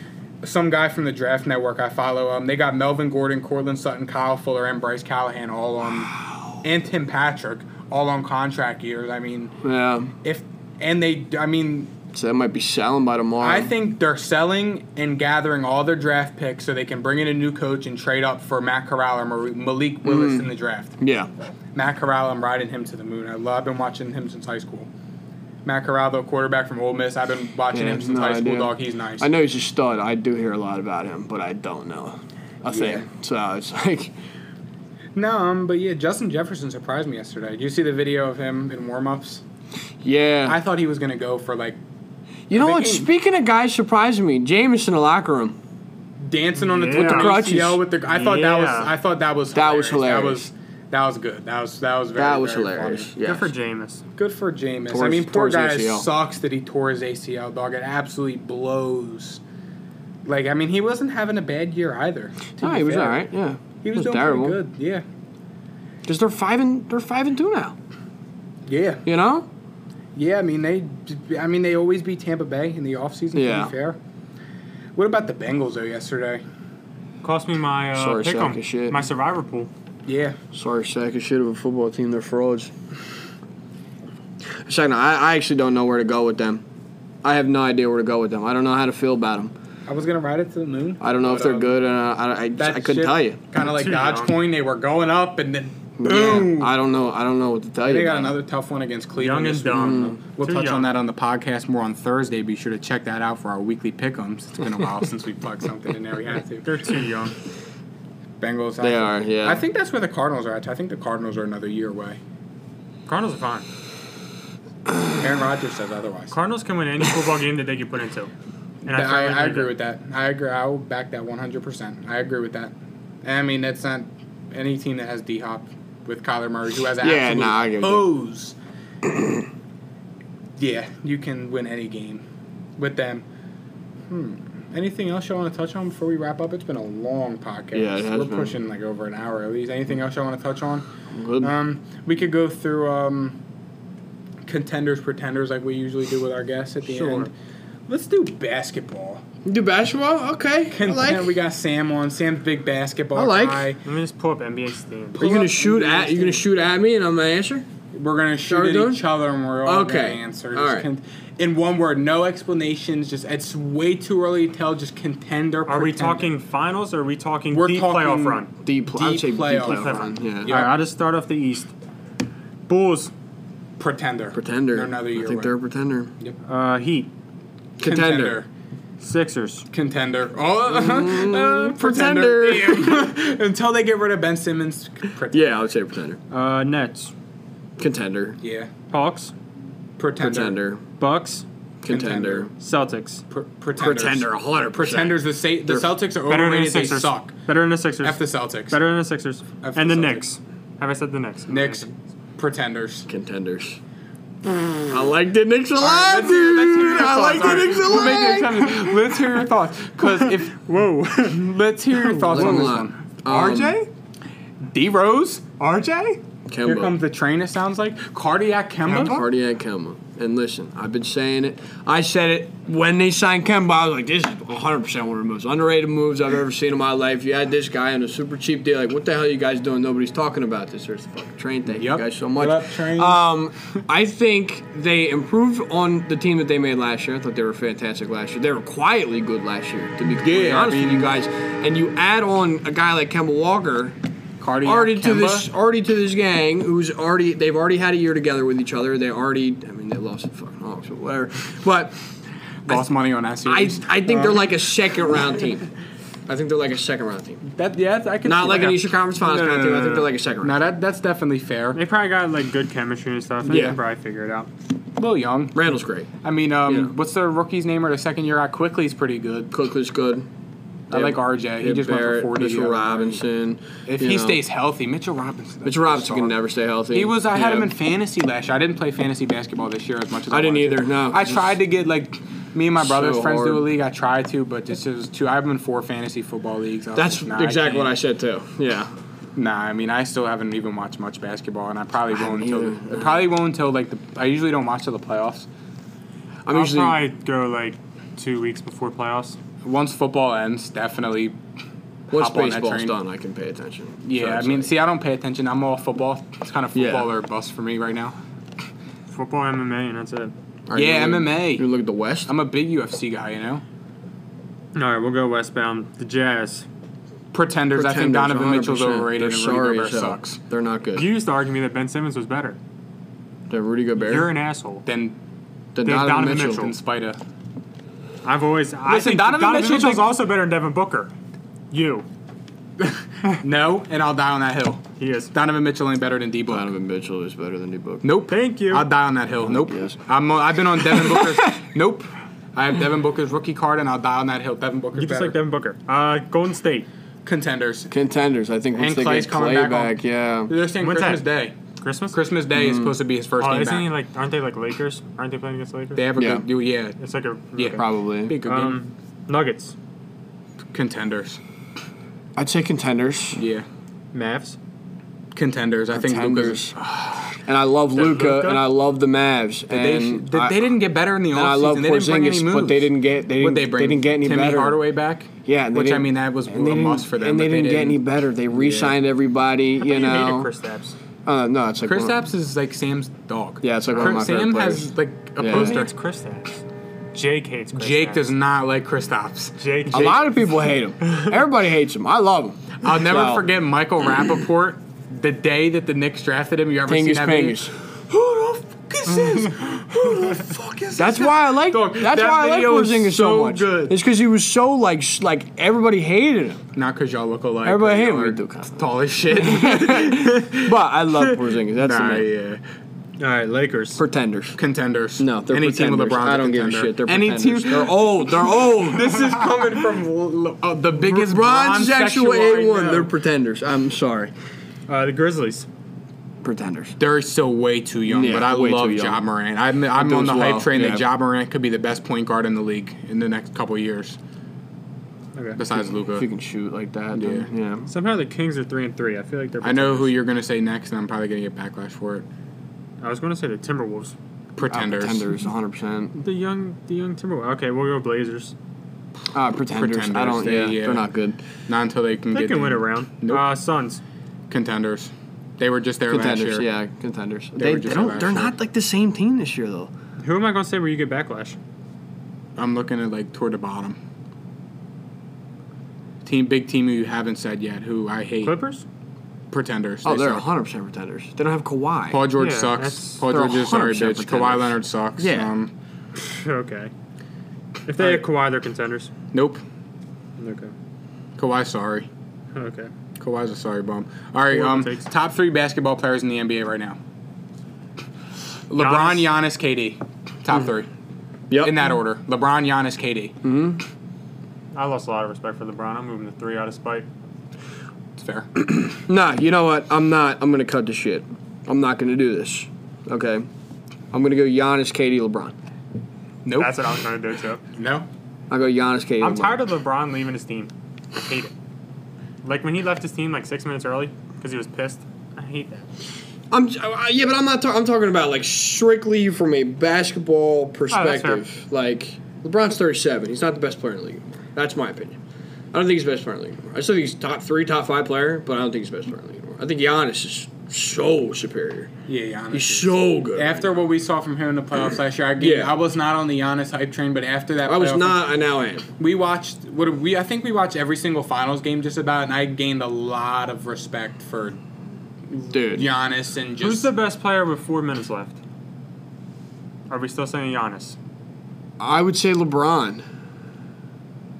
some guy from the draft network I follow. Um, they got Melvin Gordon, Cortland Sutton, Kyle Fuller, and Bryce Callahan all on, and Tim Patrick all on contract years. I mean,
Yeah.
if and they, I mean,
So that might be selling by tomorrow.
I think they're selling and gathering all their draft picks so they can bring in a new coach and trade up for Matt Corral or Mar-
Mm.
Malik Willis in the draft.
Yeah.
Matt Corral, I'm riding him to the moon. I love, I've been watching him since high school. Matt Corral, the quarterback from Ole Miss, I've been watching
Yeah,
him since
no,
high
I
school.
do.
Dog, he's nice.
I know he's a stud. I do hear a lot about him, but I don't know a thing.
Yeah.
So it's like,
No, um, but yeah, Justin Jefferson surprised me yesterday. Did you see the video of him in warm-ups? I
yeah.
thought he was gonna go for like
you know what?
think-
Speaking of guys surprising me, Jameson in the locker room.
dancing on the
Yeah.
with the
With the
crutches.
ACL with the. I thought that was.
Yeah.
I thought that was.
That was
That
hilarious.
was. That was good. That was that was very.
That was
very
hilarious.
funny.
Yeah.
Good for Jameis.
Good for Jameis. I
Towards-
mean, poor
towards
guy
ACL.
sucks that he tore his ACL. Dog, it absolutely blows. Like I mean, he wasn't having a bad year either. to
No,
be
he was
fair.
all right. Yeah.
He was, doing pretty good. Yeah.
Because they're five and they're five and two now.
Yeah.
You know.
Yeah, I mean they, I mean they always beat Tampa Bay in the offseason,
Yeah.
To be fair, what about the Bengals though? Yesterday,
Cost me my uh,
Sorry,
pick
sack of shit.
my survivor pool.
yeah,
Sorry, sack of shit of a football team. They're frauds. Second, I, I actually don't know where to go with them. I have no idea where to go with them. I don't know how to feel about them.
I was gonna ride it to the moon.
I don't know if
But,
they're
um,
good, and I, I, I, I couldn't tell you.
Kind of like
Too
Dodge
young.
Coin, they were going up and then
Yeah,
boom.
I don't know. I don't know what to tell you.
they got
about 'em.
another tough one against
Young
Cleveland.
and
this week.
dumb.
Mm, We'll
Too
touch
young.
on that on the podcast more on Thursday. Be sure to check that out for our weekly pick'ems. It's been a while since we plugged something in there. We had to.
They're too young.
Bengals.
They
I,
are. Yeah.
I think that's where the Cardinals are at. I think the Cardinals are another year away.
Cardinals are fine.
Aaron Rodgers says otherwise.
Cardinals can win any football game that they get put into. And
Th- I,
firmly
I agree with that. I agree. I will back that 100%. I agree with that. I mean, that's not any team that has D Hop with Kyler Murray, who has an
Yeah,
absolute
nah, I get it.
hose. yeah, you can win any game with them. Hmm. Anything else you want to touch on before we wrap up? It's been a long podcast.
Yeah, it has
We're
been.
pushing like over an hour at least. Anything else you want to touch on?
Good.
Um, we could go through um, contenders, pretenders, like we usually do with our guests at the
Sure.
end. Let's do basketball.
do basketball. Okay. I like.
Contend- we got Sam on. Sam's big basketball
I like.
guy.
Let me just pull up NBA's theme.
Are you
pull
gonna
up
shoot
and
at? You gonna
ask
shoot at me, and I'm gonna answer?
We're gonna
Are
shoot
we
at
doing-
each other, and we're all
Okay.
gonna answer.
All
Just
right.
con- in one word, no explanations. Just it's way too early to tell. Just contender.
Are we
pretender.
talking finals or are we talking
We're
the
talking-
playoff run?
Deep. Pl- I'd
Deep
say deep
playoff
playoff
run.
run. Yeah.
Yeah.
All right, I'll just start off the East. Bulls,
pretender?
Pretender.
They're another
I
year.
think
away.
they're a pretender.
uh, Heat,
Contender.
Sixers,
Contender. Oh, uh,
pretender.
Damn. Until they get rid of Ben Simmons. Pretender.
Yeah, I would say pretender.
uh, Nets,
Contender.
Yeah.
Hawks,
Pretender.
Pretender.
Bucks,
Contender.
Celtics.
Pr- pretenders.
Pretender. Hundred
Pretenders. The, sa- the
They're
Celtics are
Better than the
overrated. They
Sixers.
suck.
Better than the Sixers.
F the Celtics.
Better than the Sixers.
F the
and the
Celtics.
Knicks. Have I said the Knicks?
Knicks. Pretenders.
Contenders. I like the Knicks a lot,
Let's hear-
dude.
let's hear your
I
thoughts.
like the
All right.
Knicks a
We're making
lot.
a comment. Let's hear your thoughts. Because if whoa, let's hear your thoughts on this one.
Um,
D Rose, RJ.
Kemba.
Here comes the train. It sounds like cardiac Kemba.
Cardiac Kemba. And listen, I've been saying it. I said it when they signed Kemba. I was like, this is 100% one of the most underrated moves I've ever seen in my life. You had this guy on a super cheap deal. Like, what the hell are you guys doing? Nobody's talking about this. There's the fucking train. Thank
Yep.
you guys so much.
What up, train?
Um, I think they improved on the team that they made last year. I thought they were fantastic last year. They were quietly good last year, to be completely
Yeah, I
honest with
mean-
you guys. And you add on a guy like Kemba Walker,
Cardiac
already
Kemba.
to this already to this gang who's already they've already had a year together with each other. They already I mean they lost the fucking Hawks, but whatever. But
Lost money on E that
I
series.
I think they're like a second round team. I think they're like a second round team.
that, yeah, I can.
Not
see
like
that.
an Eastern Conference Finals
No, no,
kind of
no,
team. I
no,
think
no.
they're like a second
Now
round.
that that's definitely fair.
They probably got like good chemistry and stuff. They
Yeah.
can probably figure it out.
Will Young.
Randall's great.
I mean, um,
Yeah.
what's their rookie's name or the second year out? Quickly's pretty good.
Cook was good.
I like RJ. He
Yeah,
just
Barrett,
went for 40. the
Mitchell
other night.
Robinson.
If
you
he
know.
stays healthy, Mitchell Robinson.
Mitchell Robinson can never stay healthy.
He was. I had
Yeah.
him in fantasy last year. I didn't play fantasy basketball this year as much as I,
I didn't
wanted to.
either, no.
I tried to get like me and my brother's
So
friends do a
hard.
league. I tried to, but this is too. I've been in four fantasy football leagues. I was
That's
like, nah,
exactly what I
can't.
said too. Yeah.
Nah, I mean, I still haven't even watched much basketball, and I probably won't
either.
until I probably won't until like the. I usually don't watch till the playoffs.
I'm
I'll
usually
probably go like two weeks before playoffs.
Once football ends, definitely.
once
hop on that
baseball's
train.
done, I can pay attention.
Yeah,
So
I
it's
mean,
like-
see, I don't pay attention. I'm all football. It's kind of
Yeah.
football or bust for me right now.
Football, MMA, and that's it.
Are
yeah,
you-
MMA.
You look at the West.
I'm a big UFC guy, you know.
All right, we'll go westbound. The Jazz.
Pretenders. I think
Pretenders,
Donovan Mitchell's
100%.
overrated
They're
and
sorry
Rudy
as
Gobert
hell.
sucks.
They're not good.
You used to argue me that Ben Simmons was better.
They're Rudy Gobert.
You're an asshole.
Then
They're
they're
Donovan,
Donovan
Mitchell.
Mitchell.
in spite of
I've always. I
Listen,
think
Donovan
Donovan,
Mitchell's
Mitchell's
like-
also better than Devin Booker. You.
no, and I'll die on that hill.
He is.
Donovan Mitchell ain't better than D Book.
Donovan Mitchell is better than D Book.
Nope.
Thank you.
I'll die on that hill. Nope.
Yes.
I'm. on- I've been on Devin Booker's. nope. I have Devin Booker's rookie card, and I'll die on that hill. Devin Booker's
You just
better.
like Devin Booker. Uh, Golden State.
Contenders.
Contenders. I think once
And
they
Clay's
get
coming
Clay
back
back,
on.
yeah.
They're saying
When's
Christmas
that?
Day.
Christmas.
Christmas Day
Mm.
is supposed to be his first
Oh,
game
isn't he
back.
like? Aren't they like Lakers? Aren't they playing against Lakers?
They have a
Yeah.
good. do- Yeah.
It's like a
Yeah.
Probably.
Big good game.
Um, Nuggets.
Contenders.
I'd say contenders.
Yeah.
Mavs.
Contenders. I think Luka's.
Contenders. And I love Luca,
Luka?
and I love the Mavs. And
They, sh- they,
I,
they didn't get better in the offseason.
and I love
they didn't bring any
Porzingis,
moves.
but they didn't get they didn't,
What
they,
they bring?
didn't get any
Timmy
better.
Hardaway back.
Yeah, and they
which I
didn't-
mean that was a
and they
must
didn't-
for them.
And they
but
didn't, get any
didn't.
better. They re-signed everybody. You know,
Chris Stapps.
uh, no, it's like
Chris
one of-
Stapps is like Sam's dog.
Yeah, it's like one of
Chris-
my favorite
Sam
players.
has like a
Yeah.
Who
poster.
hates Chris Stapps? Jake hates Chris
Jake
Stapps.
does not like Chris Stapps.
Jake.
A lot of people hate him. Everybody hates him. I love him.
I'll never
Well-
forget Michael Rappaport the day that the Knicks drafted him. You ever
Pingus
seen that video?
Pingus.
Who the fuck is this? Who the fuck is
That's
this?
why I like.
Dog,
that's
that
why I like
video is
Porzingis so,
so
much.
good.
It's because he was so like sh- like everybody hated him.
Not because y'all look alike.
Everybody
but
hate
y'all
what
are
we do, Kyle.
Tall as shit.
But I love Porzingis. That's the
nah,
man.
yeah.
All right, Lakers.
Pretenders.
uh, Contenders.
No, they're
any team with
pretenders.
LeBron.
I don't give a shit. They're
any
pretenders.
team.
They're old. They're old.
This is coming from l- l- uh, the biggest
Bronze sexual
A
A one. They're pretenders. I'm sorry.
Uh, the Grizzlies.
Pretenders.
They're still way too young,
Yeah,
but I
way too
love
young.
Ja Morant. I'm, I'm
do
on
as
the
well,
hype train that
yeah.
Ja Morant could be the best point guard in the league in the next couple years,
Okay.
besides
If you
Luca.
can shoot like that, yeah,
Yeah.
yeah.
Somehow the Kings are three and three. I feel like they're.
I know who you're going to say next, and I'm probably going to get backlash for it.
I was going to say the Timberwolves.
Pretenders.
Uh, pretenders, 100. percent
The young, the young Timberwolves. Okay, we'll go Blazers.
uh, pretenders.
Pretenders,
I don't.
they-
yeah,
yeah.
they're not good.
Not until they can
They
get
can win
the
a round.
Nope.
Uh, Suns.
contenders. They were just there
Contenders.
last year.
Yeah, contenders.
They
They,
were
they
just
don't.
last
They're
year.
not like the same team this year though.
Who am I going to say where you get backlash?
I'm looking at like toward the bottom. Team, big team who you haven't said yet, who I hate.
Clippers.
Pretenders.
Oh,
They
they're
suck.
100 percent pretenders. They don't have Kawhi.
Paul George
Yeah,
sucks.
that's-
Paul
they're
George is sorry,
100%
bitch. Kawhi
pretenders.
Leonard sucks.
Yeah.
Um,
okay. If they
Alright.
had Kawhi, they're contenders.
nope.
Okay.
Kawhi sorry.
Okay.
Kawhi's a sorry bum. All right.
Horrible
Um,
takes.
top three basketball players in the NBA right now. LeBron, Giannis, KD. Top three.
Yep.
In that order. LeBron, Giannis, KD.
I lost a lot of respect for LeBron. I'm moving to three out of spite.
It's fair.
Nah, you know what? I'm not. I'm gonna cut the shit. I'm not gonna do this. Okay. I'm gonna go Giannis, KD, LeBron.
nope.
That's what I was going to do too.
no.
I'll go Giannis, KD.
I'm
LeBron.
tired of LeBron leaving his team. I hate it. Like when he left his team like six minutes early because he was pissed. I hate that.
I'm uh, yeah, but I'm not. Ta- I'm talking about like strictly from a basketball perspective. like LeBron's 37. He's not the best player in the league. anymore. That's my opinion. I don't think he's the best player in the league. Anymore. I still think he's top three, top five player, but I don't think he's the best player in the league anymore. I think Giannis is so superior.
Yeah, Giannis.
He's so good.
after what we saw from him in the playoffs last year, I, gave,
Yeah.
I was not on the Giannis hype train, but after that,
I was
playoff-
not. I now am.
We watched what did we I think we watched every single finals game just about, and I gained a lot of respect for
Dude.
Giannis and just
Who's the best player with four minutes left? Are we still saying Giannis?
I would say LeBron.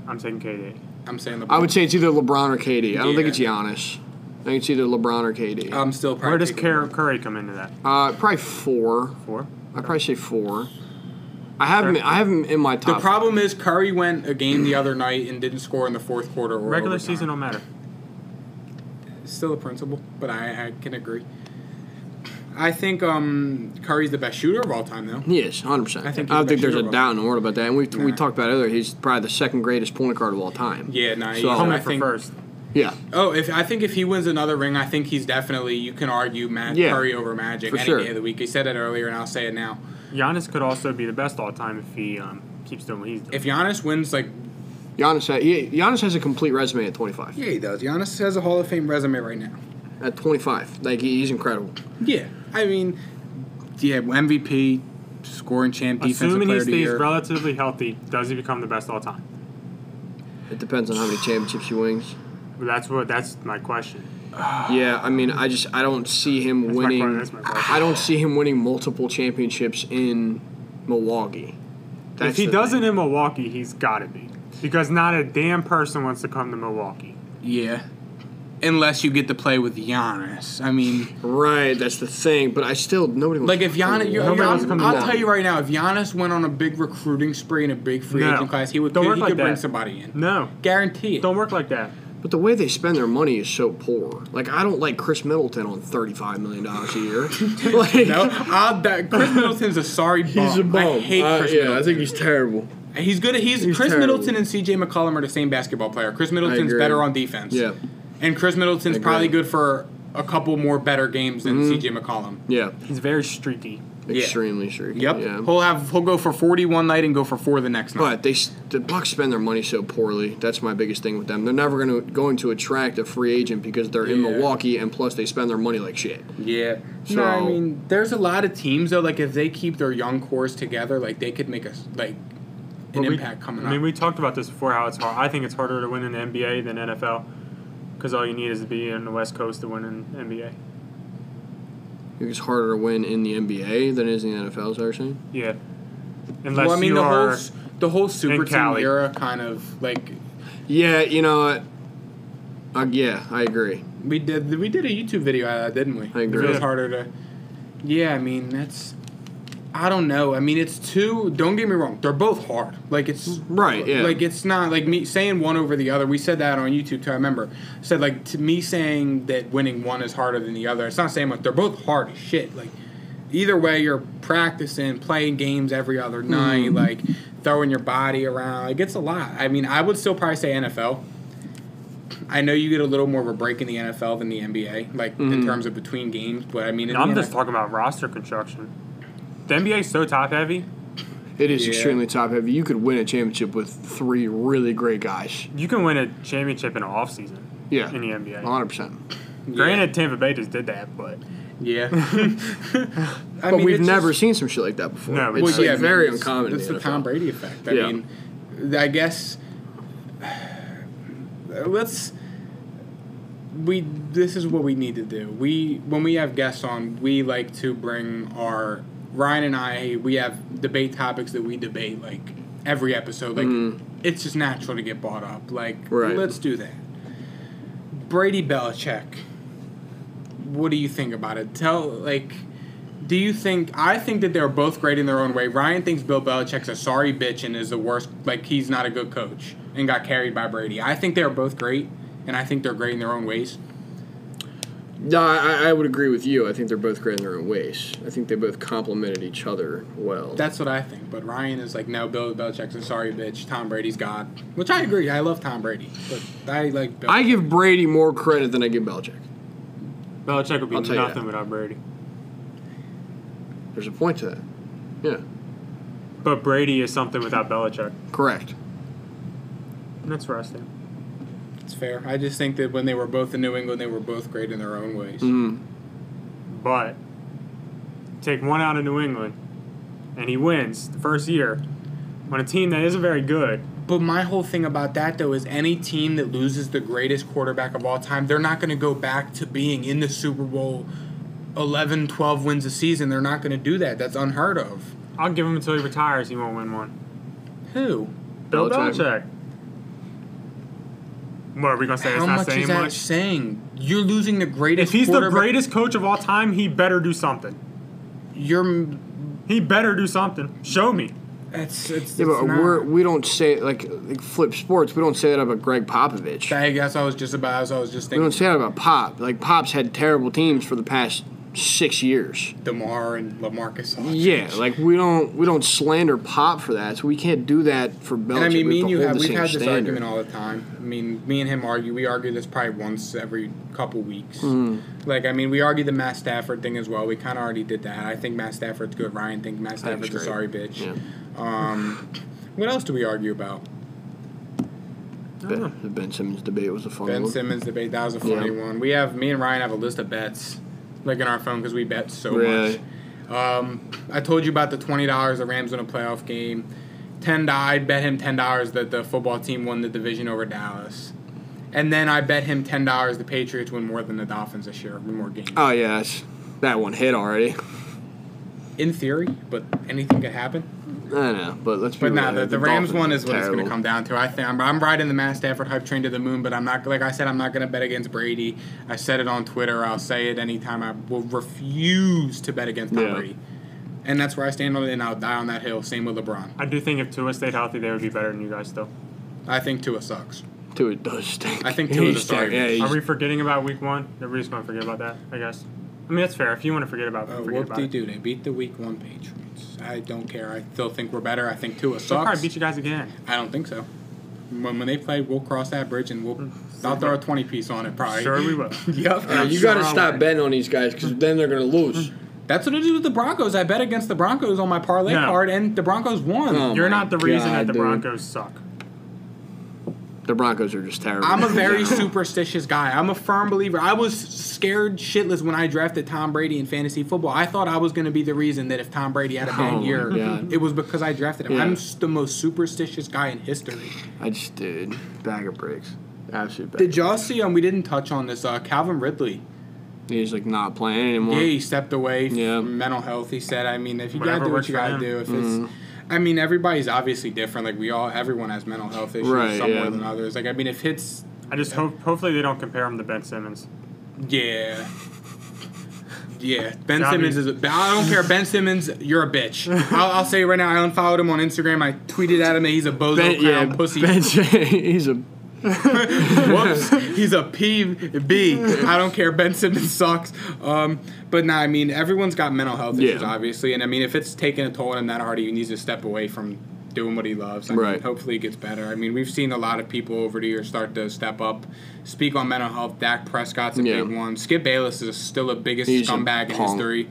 I'm saying KD.
I'm saying LeBron.
I would say it's either LeBron or KD. I don't think
Yeah. Um,
it's Giannis. I think it's either LeBron or KD.
I'm still probably
Where does
taking
Car-
LeBron.
Curry come into that?
Uh, probably four.
Four.
I'd probably say four. I have him. I have him in my top.
The problem is Curry went a game the other night and didn't score in the fourth quarter. Or
Regular
overtime.
season don't matter.
still a principle, but I, I can agree. I think um, Curry's the best shooter of all time, though.
He is 100. percent I,
I think
don't
he's the
think there's
best
a
shooter
doubt in the world about that. And we we
Nah.
talked about it earlier. He's probably the second greatest point guard of all time.
Yeah, nah. he's-
So-
Oh, I
Coming for
think-
first.
Yeah.
Oh, if I think if he wins another ring, I think he's definitely you can argue Matt
Yeah,
Curry over Magic
for
any
sure.
day of the week. He said it earlier, and I'll say it now.
Giannis could also be the best all time if he um, keeps doing what he's doing.
If Giannis wins, like
Giannis, ha- he- Giannis has a complete resume at 25.
yeah, he does. Giannis has a Hall of Fame resume right now.
At 25, like he, he's incredible.
Yeah, I mean, yeah, MVP, scoring champ, defensive
Assuming he
player of the
stays
year.
relatively healthy, does he become the best all time?
It depends on how many championships he wins.
That's what. That's my question.
Yeah, I mean, I just I don't see him
my
winning.
que- that's my question.
I don't see him winning multiple championships in Milwaukee. That's
if he
the thing.
doesn't in Milwaukee, he's got to be because not a damn person wants to come to Milwaukee.
yeah, unless you get to play with Giannis. I mean.
right? That's the thing. But I still nobody wants
Like
to
if
come
Giannis,
to
you
Nobody wants
I'll,
to come to
I'll
Milwaukee.
tell you right now, if Giannis went on a big recruiting spree and a big free
No.
agent class, he would
Don't
he
work
could
like
bring
that.
somebody in.
No,
Guarantee it.
don't work like that.
But the way they spend their money is so poor. Like I don't like Chris Middleton on thirty-five million dollars a year. like,
No, I'll, that, Chris Middleton's a sorry bum. Oh, I hate
Uh,
Chris
yeah, I
Middleton.
think he's terrible.
he's good. at- He's,
he's
Chris
terrible.
Middleton and C.J. McCollum are the same basketball player. Chris Middleton's
agree.
better on defense.
Yeah,
and Chris Middleton's
agree. Mm-hmm.
probably good for a couple more better games than C.J. McCollum.
yeah,
He's very streaky.
Yeah.
extremely streaky.
Yep,
Yeah.
he'll have he'll go for forty one night and go for four the next night.
But they s- the Bucks spend their money so poorly. That's my biggest thing with them. They're never going to going to attract a free agent because they're in
Yeah.
Milwaukee, and plus they spend their money like shit.
Yeah.
So-
no, I mean, there's a lot of teams though. Like if they keep their young cores together, like they could make us like an
But we-
impact coming
I mean,
up.
we talked about this before. How it's hard. I think it's harder to win in the NBA than NFL because all you need is to be in the West Coast to win in NBA.
It's harder to win in the NBA than it is in the NFL. Is that what you're saying?
Yeah, unless
well, I mean
you
the whole
are.
s- the whole super team
Cali.
era kind of like
Yeah, you know, what? uh, yeah, I agree.
we did we did a YouTube video out of that, didn't we?
I agree.
It was
Yeah.
harder to. Yeah, I mean that's. I don't know. I mean, it's two. Don't get me wrong; they're both hard. Like it's
Right, yeah.
Like it's not like me saying one over the other. We said that on YouTube too. I remember said like to me saying that winning one is harder than the other. It's not saying like they're both hard as shit. Like either way, you're practicing, playing games every other
Mm-hmm.
night, like throwing your body around. Like it's a lot. I mean, I would still probably say NFL. I know you get a little more of a break in the NFL than the NBA, like in terms of between games. But I mean, in
No, I'm
the
just
NFL
talking about roster construction. The NBA is so top heavy.
It is
Yeah.
extremely top heavy. You could win a championship with three really great guys.
You can win a championship in an offseason
Yeah,
in the NBA.
100. percent
yeah.
Granted, Tampa Bay just did that, but
Yeah. I
But
mean,
we've
it's
never
just-
seen some shit like that before.
No,
it's
well,
like
yeah, I mean,
very
it's-
uncommon.
It's the
in the
Tom
NFL.
Brady effect. I
Yeah.
mean, th- I guess let's we this is what we need to do. We when we have guests on, we like to bring our Ryan and I. We have debate topics that we debate like every episode. Like it's just natural to get brought up. Like
Mm-hmm. Right.
let's do that. Brady Belichick. What do you think about it? Tell like do you think I think that they're both great in their own way. Ryan thinks Bill Belichick's a sorry bitch and is the worst like he's not a good coach and got carried by Brady. I think they're both great and I think they're great in their own ways.
No, I, I would agree with you. I think they're both great in their own ways. I think they both complemented each other well.
That's what I think. But Ryan is like, no, Bill Belichick's a sorry bitch. Tom Brady's God. Which I agree. I love Tom Brady. But I like Bill.
I give Brady more credit than I give Belichick.
Belichick would be
I'll tell you
nothing
that.
without Brady.
There's a point to that. Yeah,
But Brady is something without Belichick.
correct.
That's interesting.
it's fair. I just think that when they were both in New England, they were both great in their own ways.
Mm-hmm.
But take one out of New England, and he wins the first year on a team that isn't very good.
But my whole thing about that though is any team that loses the greatest quarterback of all time, they're not going to go back to being in the Super Bowl 11, 12 wins a season. They're not going to do that. That's unheard of.
I'll give him until he retires. He won't win one.
Who?
Bill
Belichick.
Belichick. What are we gonna say? It's
How
not
much
saying
is that
much.
saying? You're losing the greatest.
If he's the
quarterback-
greatest coach of all time, he better do something.
you're
He better do something. Show me.
It's, it's,
Yeah, but
it's not.
we're, we don't say like, like flip sports. We don't say that about Greg Popovich.
I guess I was just about. As I was just
we
thinking,
don't say that about Pop. Like Pop's had terrible teams for the past six years.
Demar and Lamarcus. Aldridge.
Yeah, like we don't we don't slander Pop for that. So we can't do that for Belichick.
And I mean,
We
me and
have to
you
hold
have
the
we've
same
had this
standard.
argument all the time. I mean, me and him argue. We argue this probably once every couple weeks.
Hmm.
Like, I mean, we argue the Matt Stafford thing as well. We kind of already did that. I think Matt Stafford's good. Ryan thinks Matt Stafford's a
great.
sorry bitch.
Yeah.
Um, what else do we argue about?
Ben, the ben Simmons debate was a fun
Ben
one.
Simmons debate. That was a funny
Yeah.
one. We have me and Ryan have a list of bets, like in our phone because we bet so
Really?
much. Um, I told you about the twenty dollars the Rams win a playoff game. Ten, do- I bet him ten dollars that the football team won the division over Dallas, and then I bet him ten dollars the Patriots win more than the Dolphins this year, win more games.
Oh yeah, that's- that one hit already.
in theory, but anything could happen.
I know, but let's be
But
real.
nah, the, the Rams
Dolphins
one
are
is what it's going to
terrible.
come down to. I think I'm, I'm riding the Matt Stafford hype train to the moon, but I'm not like I said, I'm not going to bet against Brady. I said it on Twitter. I'll say it anytime. I will refuse to bet against Tom
Yeah.
Brady, and that's where I stand on it. And I'll die on that hill. Same with LeBron.
I do think if Tua stayed healthy, they would be better than you guys, though.
I think Tua sucks.
Tua does stink.
I think
He's
Tua's a sorry
ter- Yeah,
bitch.
he's
Are we forgetting about week one? Everybody's going to forget about that, I guess. I mean, that's fair. If you want to forget about it,
Uh,
forget
whoop
about
de
it.
doo. They beat the Week One Patriots. I don't care. I still think we're better. I think Tua
They'll
sucks.
probably beat you guys again.
I don't think so. When, when they play, we'll cross that bridge and we'll. I'll throw a twenty piece on it. Probably.
Mm-hmm.
Uh,
Sure, we will.
Yep.
Yeah, you
sure
got to
I'll
stop
win.
betting on these guys because then they're going to lose.
That's what I did with the Broncos. I bet against the Broncos on my parlay
No.
card, and the Broncos won.
Oh.
You're
my
not the reason
God,
that the
dude.
Broncos suck.
The Broncos are just terrible.
I'm a very superstitious guy. I'm a firm believer. I was scared shitless when I drafted Tom Brady in fantasy football. I thought I was going to be the reason that if Tom Brady had a
Oh
bad
my
year,
God.
it was because I drafted him.
Yeah.
I'm s- the most superstitious guy in history.
I just dude bag of bricks. Absolute bag.
Did y'all see? Um, we didn't touch on this. Uh, Calvin Ridley.
He's like not playing anymore.
Yeah, he stepped away
Mm. Yeah.
from mental health. He said, I mean, if you
Whatever
gotta do
works
what you
for
gotta
him.
do, if
Mm-hmm.
it's, I mean, everybody's obviously different. Like we all, everyone has mental health issues
Right,
somewhere
yeah.
than others. Like I mean, if it's
I just hope, hopefully, they don't compare him to Ben Simmons.
Yeah. Yeah, Ben
I mean-
Simmons is. A, I don't care. Ben Simmons, you're a bitch. I'll, I'll say it right now. I unfollowed him on Instagram. I tweeted at him that he's a bozo
Ben,
clown
yeah,
pussy.
Ben, he's a
Whoops, he's a PB. I don't care. Ben Simmons sucks. Um, but nah, I mean, everyone's got mental health issues,
Yeah.
obviously, and I mean, if it's taking a toll on him that hard, he needs to step away from doing what he loves. I
Right.
Mean, hopefully, it gets better. I mean, we've seen a lot of people over the years start to step up, speak on mental health. Dak Prescott's a
Yeah.
big one. Skip Bayless is still the biggest
He's a
scumbag in
punk.
history.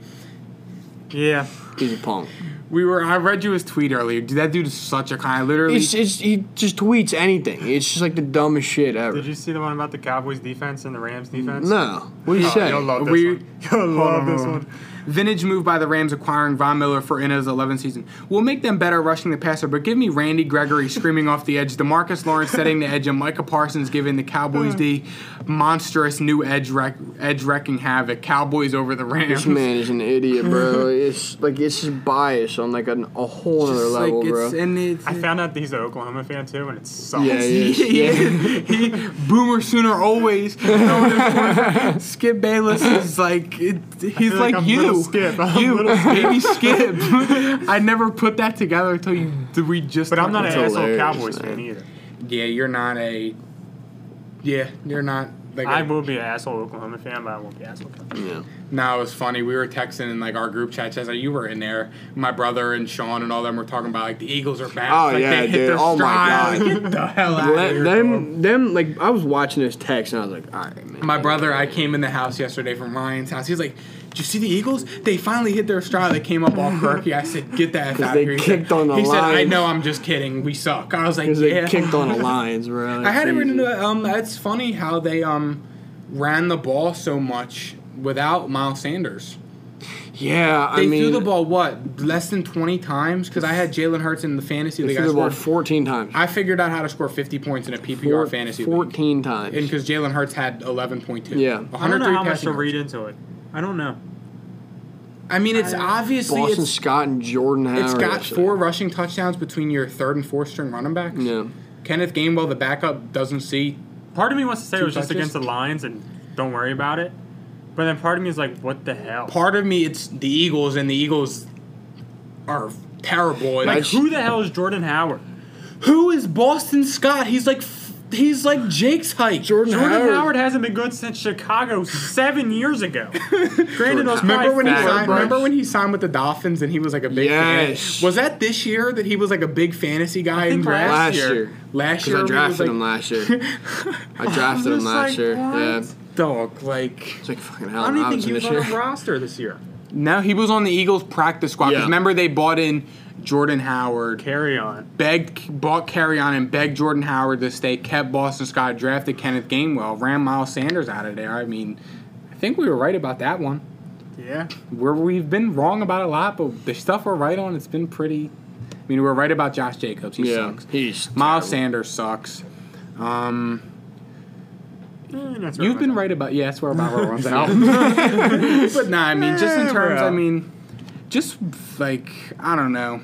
Yeah.
he's a punk.
We were. I read you his tweet earlier. Dude, That dude is such a kind. Literally,
It's, it's he just tweets anything. It's just like the dumbest shit ever.
Did you see the one about the Cowboys defense and the Rams defense?
No, what
Oh,
do you say?
You'll love this
We-
one. You'll love this one.
Vintage move by the Rams acquiring Von Miller for in his 11th season. We'll make them better rushing the passer, but give me Randy Gregory screaming off the edge, Demarcus Lawrence setting the edge, and Micah Parsons giving the Cowboys
Hmm.
the monstrous new edge wreck, edge wrecking havoc. Cowboys over the Rams.
This man is an idiot, bro. It's like it's just bias on like an, a whole
Just
other
like
level,
it's-
bro.
and it's-
I found out that he's an Oklahoma fan, too, and it sucks.
Yeah, yeah.
he, is. He- boomer sooner always. throwing his corner. Skip Bayless is like it, he's
like
like,
I'm little
you,
Skip. I'm
you
little
baby Skip. I never put that together until you we just.
But I'm not
talked
an
about
That's
asshole
hilarious,
Cowboys
man.
fan either.
it. yeah, you're not a. Yeah, you're not. Like
I will be an asshole Oklahoma fan, but I won't be an asshole Cowboys.
Yeah.
No, it was funny. We were texting in like our group chat. Chester, you were in there. My brother and Sean and all them were talking about like the Eagles are back.
Oh,
like,
yeah,
they hit
dude.
Their
Oh, my
stride.
God.
Like, Get the hell out of
Let-
here.
them, them, like I was watching this text and I was like, all right, man.
My brother, I came in the house yesterday from Ryan's house. He's like, "Did you see the Eagles? They finally hit their stride. They came up all quirky." I said, "Get the F out
they
of here." He
kicked
said,
on the
He said, "I
Lions.
know. I'm just kidding. We suck." I was like,
because
"Yeah."
they kicked on the Lions, bro.
I had it
It's
written.
easy.
into- Um, it's funny how they um ran the ball so much without Miles Sanders.
Yeah,
They
I mean,
threw the ball what less than twenty times because I had Jalen Hurts in the fantasy
They
league.
threw
I,
the ball
scored,
14 times.
I figured out how to score fifty points in a PPR
Four-
fantasy league,
14 times.
and because Jalen Hurts had eleven point two.
Yeah.
I don't know how much
passing
to
yards.
read into it. I don't know.
I mean, it's obviously
Boston
it's
Scott and Jordan Howard.
It's got
yesterday.
four rushing touchdowns between your third and fourth string running backs.
Yeah.
Kenneth Gainwell, the backup, doesn't see.
Part of me wants to say
Two
it was just
touches?
against the Lions and don't worry about it. But then part of me is like, what the hell?
Part of me, it's the Eagles, and the Eagles are terrible. And
Like,
like, who,
who the hell is Jordan Howard?
who is Boston Scott? He's like f- he's like Jake's height.
Jordan,
Jordan
Howard.
Howard. hasn't been good since Chicago seven years ago. Granted, it was
Remember
probably
when, he
fat,
signed,
but-
remember when he signed with the Dolphins and he was like a big
Yes.
fan? Was that this year that he was like a big fantasy guy in
think
draft?
Last year.
Last
Because
year.
I
he was,
drafted
like,
him last year. I drafted him
just
last
like,
year.
what?
Yeah.
Dog, like
It's like fucking
I
hell.
don't even think
Robinson
he was
this
on
year.
the roster this year.
no, he was on the Eagles practice squad. 'cause
Yeah.
remember they bought in Jordan Howard,
Carry on.
begged bought carry on and begged Jordan Howard to stay, kept Boston Scott, drafted Kenneth Gainwell, ran Miles Sanders out of there. I mean, I think we were right about that one.
Yeah.
Where we've been wrong about a lot, but the stuff we're right on, it's been pretty. I mean, we we're right about Josh Jacobs. He
Yeah.
sucks.
He's
Miles
terrible.
Sanders sucks. Um,
Eh, that's where
you've
I'm
been
at.
right about yeah, that's where about where runs out. but nah, I mean, just in
Eh,
terms,
bro.
I mean, just like I don't know.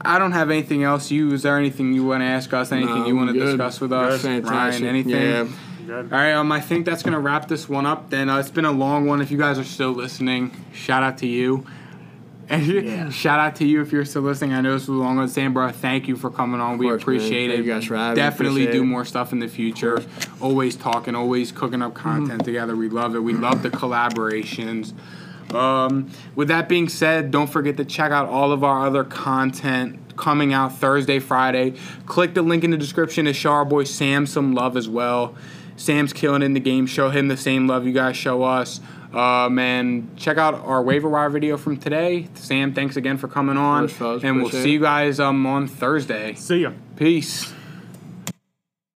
I don't have anything else. You is there anything you want to ask us? Anything
No,
you want to
good.
discuss with
That's
us,
fantastic.
Ryan? Anything?
Yeah.
Good.
All right, um, I think that's gonna wrap this one up. Then uh, it's been a long one. If you guys are still listening, shout out to you, and shout out to you if you're still listening. I know this was a long one, Sam, bro. Thank you for coming on. we
course, man.
appreciate it.
Thank you guys for having me.
Definitely
Appreciate
do
it.
more stuff in the future. Always talking, always cooking up
Mm-hmm.
content together. We love it. We love the collaborations. Um, with that being said, don't forget to check out all of our other content coming out Thursday, Friday. Click the link in the description to show our boy Sam some love as well. Sam's killing it in the game. Show him the same love you guys show us. Um, and check out our waiver wire video from today. Sam, thanks again for coming on.
course, fellas.
and we'll
Appreciate
see
it.
you guys um, on Thursday.
See ya.
Peace.